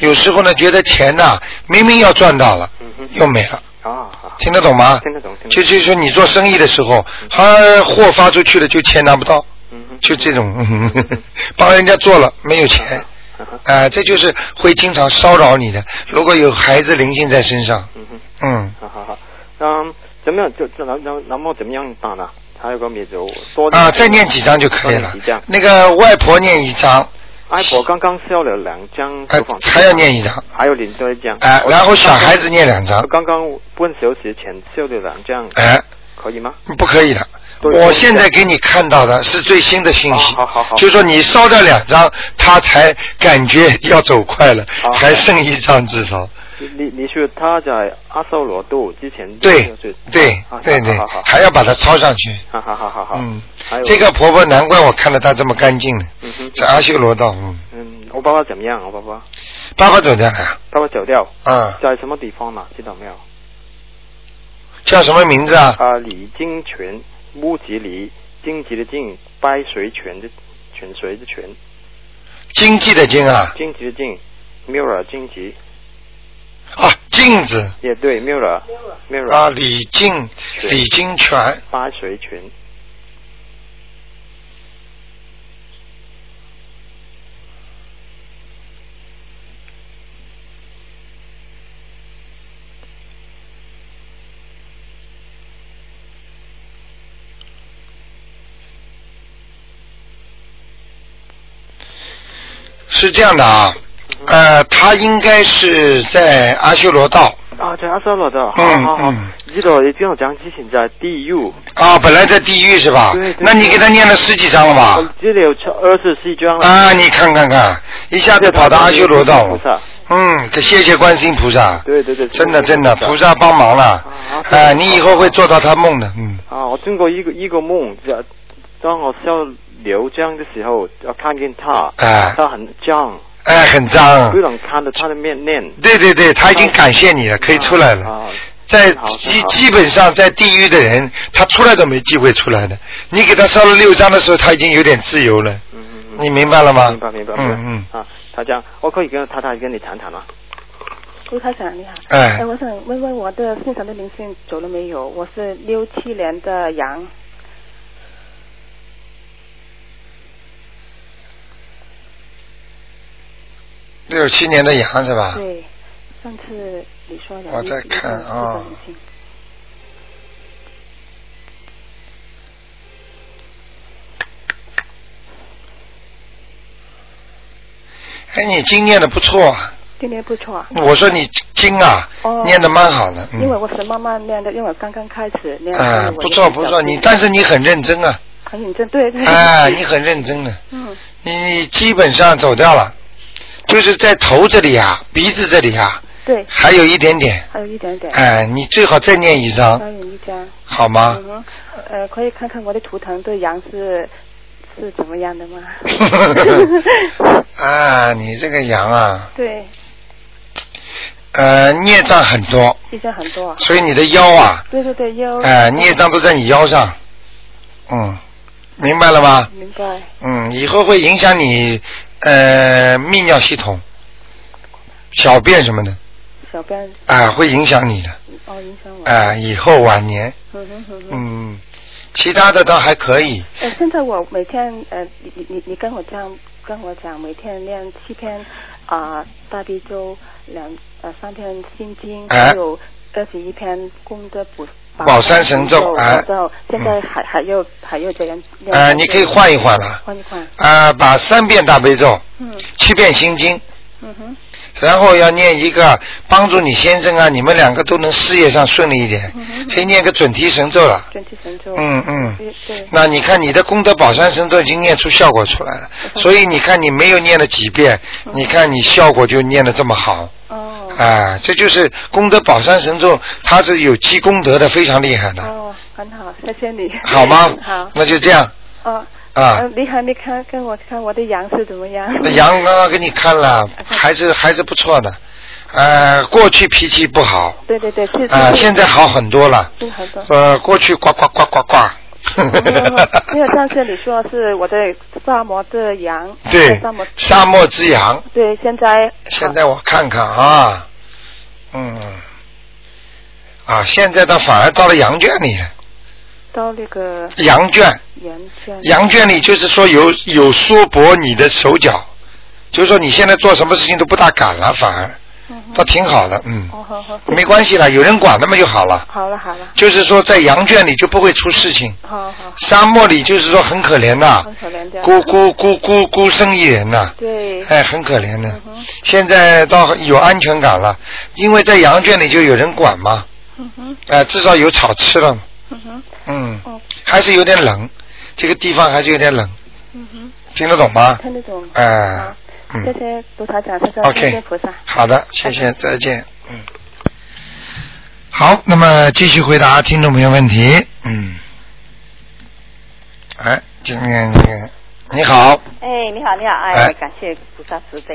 Speaker 1: 有时候呢，觉得钱呐、明明要赚到了，又没了。
Speaker 8: 啊，好
Speaker 1: 听得懂吗？
Speaker 8: 听得懂，听得懂。
Speaker 1: 就就是说你做生意的时候，他货发出去了就钱拿不到，就这种， [laughs] 嗯呵呵帮人家做了没有钱，啊、这就是会经常骚扰你的。如果有孩子灵性在身上，
Speaker 8: 嗯哼，
Speaker 1: 嗯，
Speaker 8: 好好好，嗯，怎么样？就那那那么怎么样打呢？还有个灭族多
Speaker 1: 啊，再念几张就可以
Speaker 8: 多
Speaker 1: 了
Speaker 8: 念几张。
Speaker 1: 那个外婆念一张，
Speaker 8: 哎，我刚刚烧了两张
Speaker 1: 呃
Speaker 8: 厨房，
Speaker 1: 还要念一张，
Speaker 8: 还有另多一张。
Speaker 1: 哎、
Speaker 8: 我
Speaker 1: 然后小
Speaker 8: 刚刚
Speaker 1: 孩子念两张
Speaker 8: 我，刚刚半小时前烧了两张，
Speaker 1: 哎、
Speaker 8: 可以吗？
Speaker 1: 不可以的。
Speaker 8: 对
Speaker 1: 我现在给你看到的是最新的信息
Speaker 8: 好好好，
Speaker 1: 就说你烧掉两张，他才感觉要走快了
Speaker 8: 好，
Speaker 1: 还剩一张至少。
Speaker 8: 你你说他在阿修罗道之前
Speaker 1: 对
Speaker 8: 就是
Speaker 1: 对
Speaker 8: 啊
Speaker 1: 对对
Speaker 8: 好好，好
Speaker 1: 还要把它抄上去。
Speaker 8: 好好好好好，
Speaker 1: 嗯
Speaker 8: 还有，
Speaker 1: 这个婆婆难怪我看到她这么干净呢
Speaker 8: 嗯哼，
Speaker 1: 在阿修罗道。嗯，
Speaker 8: 嗯，我爸爸怎么样？我爸爸
Speaker 1: 爸爸走掉了呀。
Speaker 8: 爸爸走掉，
Speaker 1: 啊，
Speaker 8: 在什么地方呢？知道没有？
Speaker 1: 叫什么名字啊？
Speaker 8: 啊，李金泉，木吉李，荆棘的荆，掰水泉的泉水的泉，嗯
Speaker 1: 经济的经啊
Speaker 8: 荆棘的荆，mirror 荆棘，
Speaker 1: 啊，镜子
Speaker 8: 也对，mirror mirror
Speaker 1: 啊，李静
Speaker 8: 泉
Speaker 1: 李金泉
Speaker 8: 掰水泉，
Speaker 1: 是这样的啊，
Speaker 8: 嗯
Speaker 1: 呃，他应该是在阿修罗道
Speaker 8: 啊，在阿修罗道，好
Speaker 1: 嗯
Speaker 8: 好好
Speaker 1: 嗯，
Speaker 8: 知道你听我讲之前在 DU，
Speaker 1: 啊，本来在地狱是吧
Speaker 8: 对？对
Speaker 1: 啊
Speaker 8: 嗯
Speaker 1: 那你给他念了十几章了吧？
Speaker 8: 我这里有二十四张了。
Speaker 1: 啊，你看看看，一下子跑到阿修罗道了
Speaker 8: 菩。萨啊
Speaker 1: 嗯，这谢谢观世音菩萨。
Speaker 8: 对对对
Speaker 1: 真的真的，
Speaker 8: 谢谢
Speaker 1: 菩
Speaker 8: 菩
Speaker 1: 萨帮忙了
Speaker 8: 啊。对
Speaker 1: 哎，你以后会做到他梦的。嗯。
Speaker 8: 啊！我经过一个一个梦，就当我烧刘江的时候，我看见他，
Speaker 1: 哎
Speaker 8: 他很脏，
Speaker 1: 哎，很脏
Speaker 8: 不。能看到他的面面，
Speaker 1: 对对对，他已经感谢你了，可以出来了。
Speaker 8: 啊，
Speaker 1: 在
Speaker 8: 好
Speaker 1: 基
Speaker 8: 好
Speaker 1: 基本上在地狱的人，他出来都没机会出来的。你给他烧了六章的时候，他已经有点自由了。
Speaker 8: 嗯嗯嗯，
Speaker 1: 你明白了吗？
Speaker 8: 明白明白，
Speaker 1: 嗯嗯。
Speaker 8: 啊，他这样，我可以跟他他跟你谈谈吗？
Speaker 9: 卢台长你好，
Speaker 1: 哎
Speaker 9: 哎，我想问问我的身上的灵性走了没有？我是六七年的羊，
Speaker 1: 六七年的羊是吧？
Speaker 9: 对，上次你说的。
Speaker 1: 啊我在看啊
Speaker 9: 灵性
Speaker 1: 哎，你经念的不错啊。
Speaker 9: 今年不错，
Speaker 1: 我说你经啊，
Speaker 9: 哦
Speaker 1: 念的蛮好的。嗯
Speaker 9: 因为我是慢慢练的，因为我刚刚开始练。
Speaker 1: 啊
Speaker 9: 所以，我
Speaker 1: 不
Speaker 9: 有
Speaker 1: 错
Speaker 9: 点
Speaker 1: 不
Speaker 9: 小
Speaker 1: 错，
Speaker 9: 心
Speaker 1: 你但是你很认真
Speaker 9: [laughs]
Speaker 1: 啊，
Speaker 9: 很认真，对对。
Speaker 1: 啊，你很认真的，
Speaker 9: [laughs] 嗯
Speaker 1: 你你基本上走掉了，就是在头这里啊，鼻子这里啊，
Speaker 9: 对，
Speaker 1: 还有一点点，
Speaker 9: 还有一点点。
Speaker 1: 哎，你最好再念一张，
Speaker 9: [laughs] 还有一张。
Speaker 1: 好吗？
Speaker 9: 嗯？哼，呃，可以看看我的图腾对羊是是怎么样的吗
Speaker 1: 啊，你这个羊 [laughs] 啊，
Speaker 9: 对，
Speaker 1: 呃，孽障很多，
Speaker 9: 医生很多啊。
Speaker 1: 所以你的腰啊，
Speaker 9: 对对对，有。
Speaker 1: 哎，孽障都在你腰上，嗯，明白了吗？
Speaker 9: 明白。
Speaker 1: 嗯，以后会影响你呃泌尿系统、小便什么的
Speaker 9: 小便
Speaker 1: 啊、会影响你的
Speaker 9: 哦，影响我。
Speaker 1: 啊、以后晚年，
Speaker 9: 嗯哼哼哼。
Speaker 1: 嗯，其他的倒还可以，
Speaker 9: 呃，现在我每天呃，你你你你跟我这样跟我讲，每天练七篇啊、大悲咒，两呃三篇心经，
Speaker 1: 哎
Speaker 9: 还有二十一篇功德补
Speaker 1: 宝山神咒哎
Speaker 9: 然后现在还还要还要这样练。
Speaker 1: 啊、你可以换一换了，
Speaker 9: 换一换。
Speaker 1: 啊、把三遍大悲咒、
Speaker 9: 嗯
Speaker 1: 七遍心经，
Speaker 9: 嗯哼
Speaker 1: 然后要念一个帮助你先生啊，你们两个都能事业上顺利一点，可以念个准提神咒了，
Speaker 9: 嗯准提神咒。
Speaker 1: 嗯嗯。
Speaker 9: 对对。
Speaker 1: 那你看你的功德宝山神咒已经念出效果出来了，
Speaker 9: 嗯
Speaker 1: 所以你看你没有念了几遍，你看你效果就念得这么好，
Speaker 9: 哦
Speaker 1: 啊，这就是功德宝山神咒，它是有积功德的，非常厉害的，
Speaker 9: 哦，很好，谢谢你。
Speaker 1: 好吗？
Speaker 9: [laughs] 好。
Speaker 1: 那就这样
Speaker 9: 哦。
Speaker 1: 啊
Speaker 9: 呃。你看，你看，跟我看我的羊是怎么样？
Speaker 1: 那杨刚刚给你看了，
Speaker 9: 嗯
Speaker 1: 还是还是不错的，呃，过去脾气不好，
Speaker 9: [laughs] 对对对，是
Speaker 1: 啊啊、现在好很多了，
Speaker 9: 是很多。
Speaker 1: 呃，过去呱呱呱呱呱，
Speaker 9: 哦
Speaker 7: 因为上次你说是我的沙漠的羊，
Speaker 1: [laughs] 对
Speaker 7: 沙漠，
Speaker 1: 沙漠之羊。
Speaker 7: 对，现在
Speaker 1: 现在我看看啊，嗯，啊，现在他反而到了羊圈里，
Speaker 7: 到那个
Speaker 1: 羊圈，
Speaker 7: 羊圈，
Speaker 1: 羊圈里就是说有有缩脖你的手脚，就是说你现在做什么事情都不大敢了，反而
Speaker 7: 嗯哼
Speaker 1: 倒挺好的，嗯，
Speaker 7: 哦好好，
Speaker 1: 没关系的，有人管那么就好了。
Speaker 7: 好了好了，
Speaker 1: 就是说在羊圈里就不会出事情，
Speaker 7: 好好，
Speaker 1: 沙漠里就是说很可怜的
Speaker 7: 很，可怜的，
Speaker 1: 孤孤孤孤孤身一人呐、
Speaker 7: 对，
Speaker 1: 哎，很可怜的
Speaker 7: 嗯。哼
Speaker 1: 现在倒有安全感了，因为在羊圈里就有人管嘛，
Speaker 7: 嗯哼
Speaker 1: 哎，至少有草吃了，
Speaker 7: 嗯哼
Speaker 1: 嗯，
Speaker 7: 哦
Speaker 1: 还是有点冷，这个地方还是有点冷，
Speaker 7: 嗯哼，
Speaker 1: 听得懂吗？
Speaker 7: 看得懂，
Speaker 1: 哎、
Speaker 7: 好
Speaker 1: 嗯
Speaker 7: 谢谢卢台长，谢谢观世
Speaker 1: OK，
Speaker 7: 音菩萨。
Speaker 1: 好的，谢谢，再见。嗯，好，那么继续回答听众朋友问题。嗯，哎，今天这个你好， [laughs]
Speaker 10: 哎，你好，你好，
Speaker 1: 哎。
Speaker 10: 哎，感谢菩萨慈悲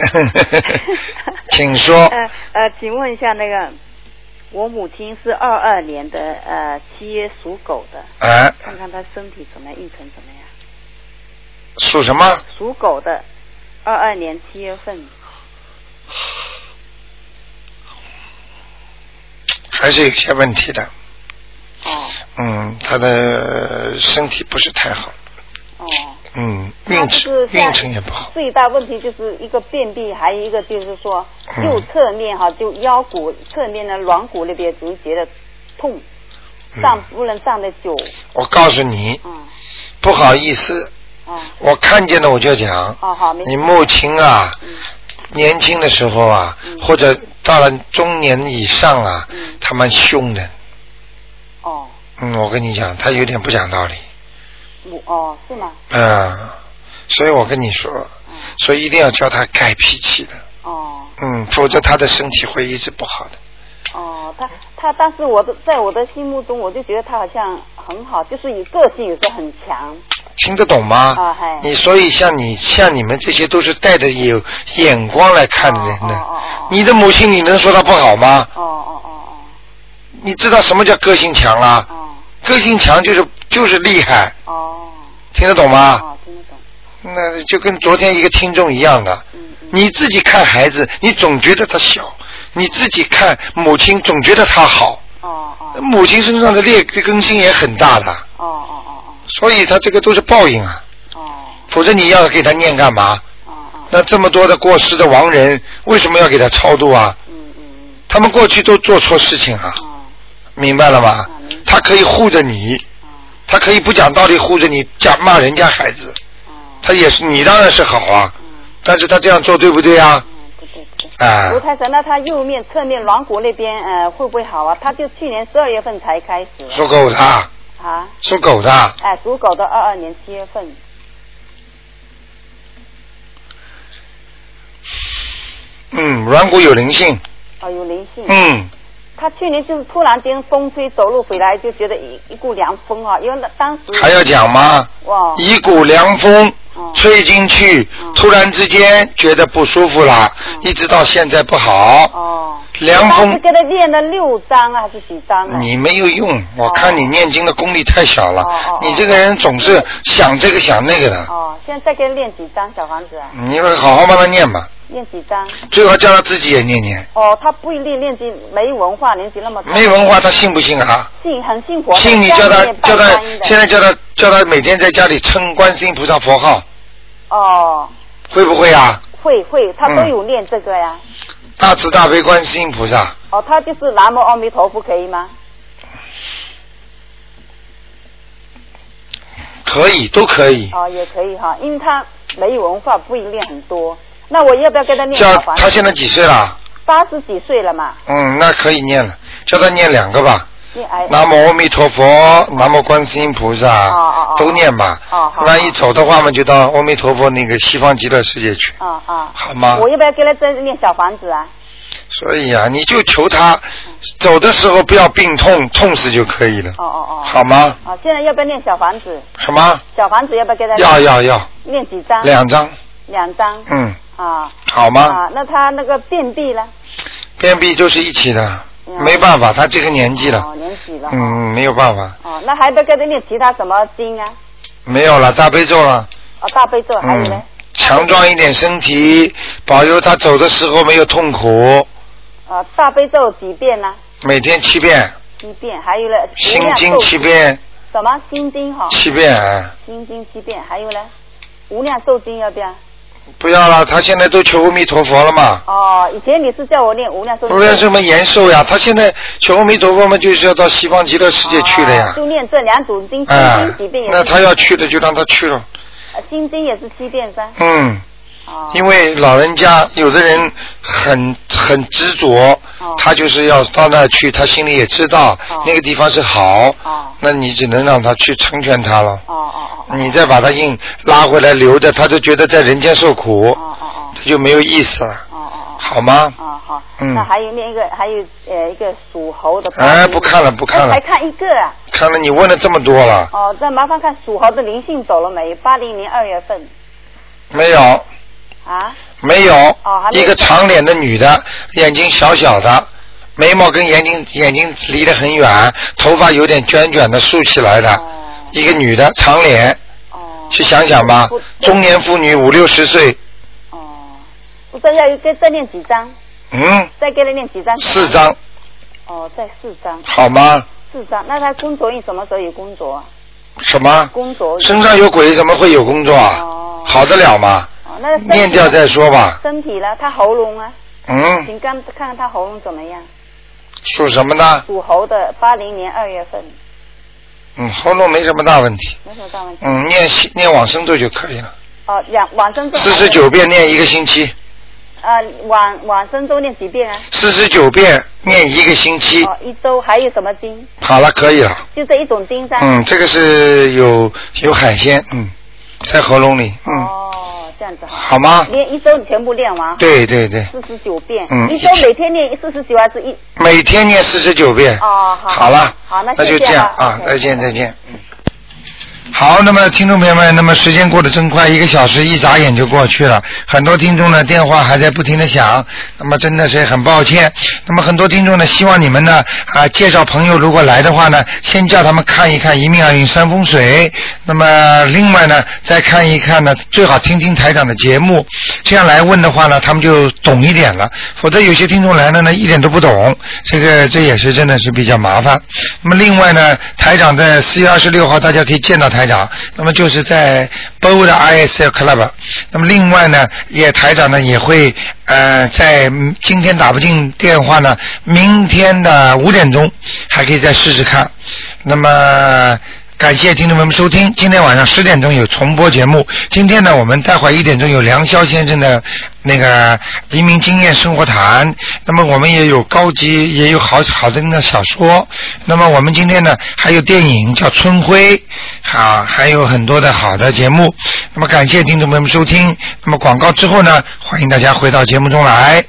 Speaker 1: 请
Speaker 10: [laughs]
Speaker 1: 说
Speaker 10: 呃呃，请问一下那个，我母亲是二二年的，呃，七月属狗的，
Speaker 1: 哎，
Speaker 10: 看看她身体怎么样，运程怎么样？
Speaker 1: 属什么？
Speaker 10: 属狗的，二二年七月份，
Speaker 1: 还是有些问题的。
Speaker 10: 哦
Speaker 1: 嗯，他的身体不是太好，
Speaker 10: 哦，
Speaker 1: 嗯，
Speaker 10: 她
Speaker 1: 运
Speaker 10: 就
Speaker 1: 程
Speaker 10: 是现在
Speaker 1: 运程也不好。
Speaker 10: 最大问题就是一个便秘，还有一个就是说
Speaker 1: 嗯
Speaker 10: 右侧面哈，就腰骨侧面的软骨那边总觉得痛，
Speaker 1: 嗯
Speaker 10: 站不能站得久，
Speaker 1: 我告诉你，
Speaker 10: 嗯
Speaker 1: 不好意思，
Speaker 10: 嗯，
Speaker 1: 我看见了我就讲。
Speaker 10: 哦好，没事
Speaker 1: 你母亲啊，
Speaker 10: 嗯
Speaker 1: 年轻的时候啊，
Speaker 10: 嗯
Speaker 1: 或者到了中年以上啊，
Speaker 10: 嗯
Speaker 1: 他蛮凶的。
Speaker 10: 哦。
Speaker 1: 嗯，我跟你讲，他有点不讲道理。
Speaker 10: 我哦，是吗？
Speaker 1: 嗯，所以我跟你说，
Speaker 10: 嗯，
Speaker 1: 所以一定要教他改脾气的，
Speaker 10: 哦
Speaker 1: 嗯，否则他的身体会一直不好的。
Speaker 10: 哦，他他，但是我的在我的心目中，我就觉得他好像很好，就是有个性，有时候很强。
Speaker 1: 听得懂吗？
Speaker 10: 啊嗨
Speaker 1: 你所以像你像你们这些都是带着有眼光来看人的。
Speaker 10: 哦哦哦哦
Speaker 1: 你的母亲，你能说她不好吗？
Speaker 10: 哦哦哦
Speaker 1: 你知道什么叫个性强啦
Speaker 10: 哦？哦
Speaker 1: 个性强就是就是厉害，
Speaker 10: 哦
Speaker 1: 听得懂吗？
Speaker 10: 哦，听得懂。
Speaker 1: 那就跟昨天一个听众一样的，
Speaker 10: 嗯嗯。
Speaker 1: 你自己看孩子，你总觉得他小；你自己看母亲，总觉得他好。
Speaker 10: 哦哦哦
Speaker 1: 母亲身上的劣根性也很大的，
Speaker 10: 哦哦
Speaker 1: 所以他这个都是报应啊。
Speaker 10: 哦哦
Speaker 1: 否则你要给他念干嘛？
Speaker 10: 哦哦哦。
Speaker 1: 那这么多的过世的亡人，为什么要给他超度啊？
Speaker 10: 嗯嗯
Speaker 1: 他们过去都做错事情啊
Speaker 10: 嗯。，哦
Speaker 1: 明白了吗
Speaker 10: 嗯明白？
Speaker 1: 他可以护着你，
Speaker 10: 哦
Speaker 1: 他可以不讲道理护着你，讲骂人家孩子，
Speaker 10: 哦。
Speaker 1: 他也是你当然是好啊，
Speaker 10: 嗯
Speaker 1: 但是他这样做对不对啊？
Speaker 10: 嗯，对对对。
Speaker 1: 啊
Speaker 10: 卢，台长，那他右面侧面软骨那边呃会不会好啊？他就去年十二月份才开始
Speaker 1: 属狗的啊，
Speaker 10: 啊，
Speaker 1: 属狗的啊，
Speaker 10: 哎，属狗的二二年七月份。
Speaker 1: 嗯，软骨有灵性，
Speaker 10: 哦，有灵性。
Speaker 1: 嗯，
Speaker 10: 他去年就是突然间风吹走路回来，就觉得一一股凉风啊，因为那当时
Speaker 1: 还要讲吗？
Speaker 10: 哇，
Speaker 1: 哎一股凉风
Speaker 10: 哦
Speaker 1: 吹进去，
Speaker 10: 嗯
Speaker 1: 突然之间觉得不舒服了，
Speaker 10: 嗯
Speaker 1: 一直到现在不好，
Speaker 10: 哦，
Speaker 1: 凉
Speaker 10: 当时
Speaker 1: 风
Speaker 10: 给他练了六章啊还是几章啊？
Speaker 1: 你没有用，我看你念经的功力太小了
Speaker 10: 哦哦哦，嗯
Speaker 1: 你这个人总是想这个想那个的，
Speaker 10: 哦，现在再给他练几张小房子啊？
Speaker 1: 你好好帮他念吧，
Speaker 10: 练几张？
Speaker 1: 最好叫他自己也念念。
Speaker 10: 哦，他不练练级，没文化，年纪那么大，
Speaker 1: 没文化他信不信啊？
Speaker 10: 信很信佛的，
Speaker 1: 信你叫他
Speaker 10: 家里面拜
Speaker 1: 叫他
Speaker 10: 观音的
Speaker 1: 现在叫他叫他每天在家里称观世音菩萨佛号，
Speaker 10: 哦，
Speaker 1: 会不会啊？
Speaker 10: 会会，他都有练这个呀。
Speaker 1: 嗯大慈大悲观世音菩萨，
Speaker 10: 哦，他就是南无阿弥陀佛，可以吗？
Speaker 1: 可以都可以，
Speaker 10: 哦，也可以哈，因为他没文化，不会练很多。那我要不要给他念
Speaker 1: 叫
Speaker 10: 小房子？
Speaker 1: 他现在几岁了？
Speaker 10: 八十几岁了嘛，
Speaker 1: 嗯，那可以念了，叫他念两个吧。
Speaker 10: 念哎，
Speaker 1: 南无阿弥陀佛，南无观世音菩
Speaker 10: 哦
Speaker 1: 萨
Speaker 10: 哦，
Speaker 1: 都念吧
Speaker 10: 哦。好
Speaker 1: 万一走的话嘛，就到阿弥陀佛那个西方极乐世界去，
Speaker 10: 啊啊，
Speaker 1: 好吗
Speaker 10: 我？要不要给他再念小房子啊？
Speaker 1: 所以啊，你就求他走的时候不要病痛痛死就可以了，
Speaker 10: 哦哦哦，
Speaker 1: 好吗？
Speaker 10: 哦，现在要不要念小房子？
Speaker 1: 什么？
Speaker 10: 小房子要不要给他念
Speaker 1: 要要要，
Speaker 10: 念几张？
Speaker 1: 两张，
Speaker 10: 两张
Speaker 1: 嗯，
Speaker 10: 啊
Speaker 1: 好吗？
Speaker 10: 啊，那他那个便秘呢？
Speaker 1: 便秘就是一起的，没办法，他这个年纪了
Speaker 10: 嗯哦，，年纪了。
Speaker 1: 嗯，没有办法，
Speaker 10: 哦，那还得跟着念其他什么经啊？
Speaker 1: 没有了，大悲咒了，
Speaker 10: 哦，大悲咒，还有呢
Speaker 1: 嗯？，强壮一点身体，保佑他走的时候没有痛苦，
Speaker 10: 哦，大悲咒几遍呢？
Speaker 1: 每天七遍，
Speaker 10: 一遍，还有呢？
Speaker 1: 心
Speaker 10: 无量
Speaker 1: 经
Speaker 10: 寿
Speaker 1: 七遍，
Speaker 10: 什么心经哈？
Speaker 1: 七遍啊，
Speaker 10: 心经七遍，还有呢？无量寿经要不要？
Speaker 1: 不要了，他现在都求阿弥陀佛了嘛。
Speaker 10: 哦，以前你是叫我念无量寿经，
Speaker 1: 无论什么延寿呀，他现在求阿弥陀佛嘛，就是要到西方极乐世界去了呀。
Speaker 10: 啊就念这两组经，心
Speaker 1: 啊
Speaker 10: 经几遍也，是。
Speaker 1: 那他要去的就让他去了。
Speaker 10: 呃心经也是七遍噻。
Speaker 1: 嗯，因为老人家有的人很很执着，他就是要到那儿去，他心里也知道那个地方是好，那你只能让他去成全他了。你再把他硬拉回来留着，他就觉得在人间受苦，他就没有意思了，好吗？
Speaker 10: 哦，好。
Speaker 1: 嗯
Speaker 10: 那还有另一个，还有呃一个属猴的。
Speaker 1: 哎不看了不看了
Speaker 10: 还看一个啊。
Speaker 1: 看来你问了这么多了，
Speaker 10: 哦，再麻烦看属猴的灵性走了没？八零年二月份
Speaker 1: 没有？
Speaker 10: 啊。
Speaker 1: 没有，
Speaker 10: 哦还没有
Speaker 1: 一个长脸的女的，眼睛小小的，眉毛跟眼睛眼睛离得很远，头发有点卷卷的竖起来的，
Speaker 10: 哦
Speaker 1: 一个女的长脸，去想想吧
Speaker 10: 不，
Speaker 1: 中年妇女五六十岁，
Speaker 10: 我再要再再念几张，
Speaker 1: 嗯，
Speaker 10: 再给他念几张。
Speaker 1: 四张。
Speaker 10: 哦，再四张。
Speaker 1: 好吗？
Speaker 10: 四张，那他工作运什么时候有工作啊？
Speaker 1: 什么？
Speaker 10: 工作运
Speaker 1: 身上有鬼怎么会有工作啊？好得了吗？
Speaker 10: 哦，那身体呢
Speaker 1: 念掉再说吧。
Speaker 10: 身体呢？他喉咙啊？
Speaker 1: 嗯
Speaker 10: 请看看看他喉咙怎么样？
Speaker 1: 属什么呢？
Speaker 10: 属猴的，八零年二月份，
Speaker 1: 嗯，喉咙没什么大问题，
Speaker 10: 没什么大问题。
Speaker 1: 嗯，念心念往生咒就可以
Speaker 10: [laughs]
Speaker 1: 了，
Speaker 10: 哦，两往生咒。
Speaker 1: 四十九遍念一个星期，
Speaker 10: 呃，往往生咒念几遍啊？
Speaker 1: 四十九遍念一个星期，
Speaker 10: 哦，一周还有什么经？
Speaker 1: 好了，可以了。
Speaker 10: 就这一种经噻。
Speaker 1: 嗯，这个是有有海鲜，嗯，在喉咙里，嗯，
Speaker 10: 哦，这样子哈。
Speaker 1: 好吗
Speaker 10: 练一周你全部练完。
Speaker 1: 对对对
Speaker 10: 四十九遍。
Speaker 1: 嗯
Speaker 10: 一周每天练四十九还是一？
Speaker 1: 每天念四十九遍。
Speaker 10: 哦，好。
Speaker 1: 好了，
Speaker 10: 好，那
Speaker 1: 那就
Speaker 10: 谢谢
Speaker 1: 这样啊，再见再见。嗯，好，那么听众朋友们，那么时间过得真快，一个小时一眨眼就过去了。很多听众呢电话还在不停的响，那么真的是很抱歉。那么很多听众呢，希望你们呢啊介绍朋友如果来的话呢，先叫他们看一看一命二运三风水，那么另外呢再看一看呢，最好听听台长的节目，这样来问的话呢，他们就懂一点了。否则有些听众来了呢一点都不懂，这个这也是真的是比较麻烦。那么另外呢，台长在四月二十六号大家可以见到台长，那么就是在 b o 的 ISL Club。那么另外呢，也台长呢也会呃在嗯今天打不进电话呢，明天的五点钟还可以再试试看。那么。感谢听众朋友们收听，今天晚上十点钟有重播节目。今天呢，我们待会儿一点钟有梁霄先生的那个移民经验生活谈。那么我们也有高级，也有好好的那个小说。那么我们今天呢，还有电影叫《春晖》，啊，还有很多的好的节目。那么感谢听众朋友们收听。那么广告之后呢，欢迎大家回到节目中来。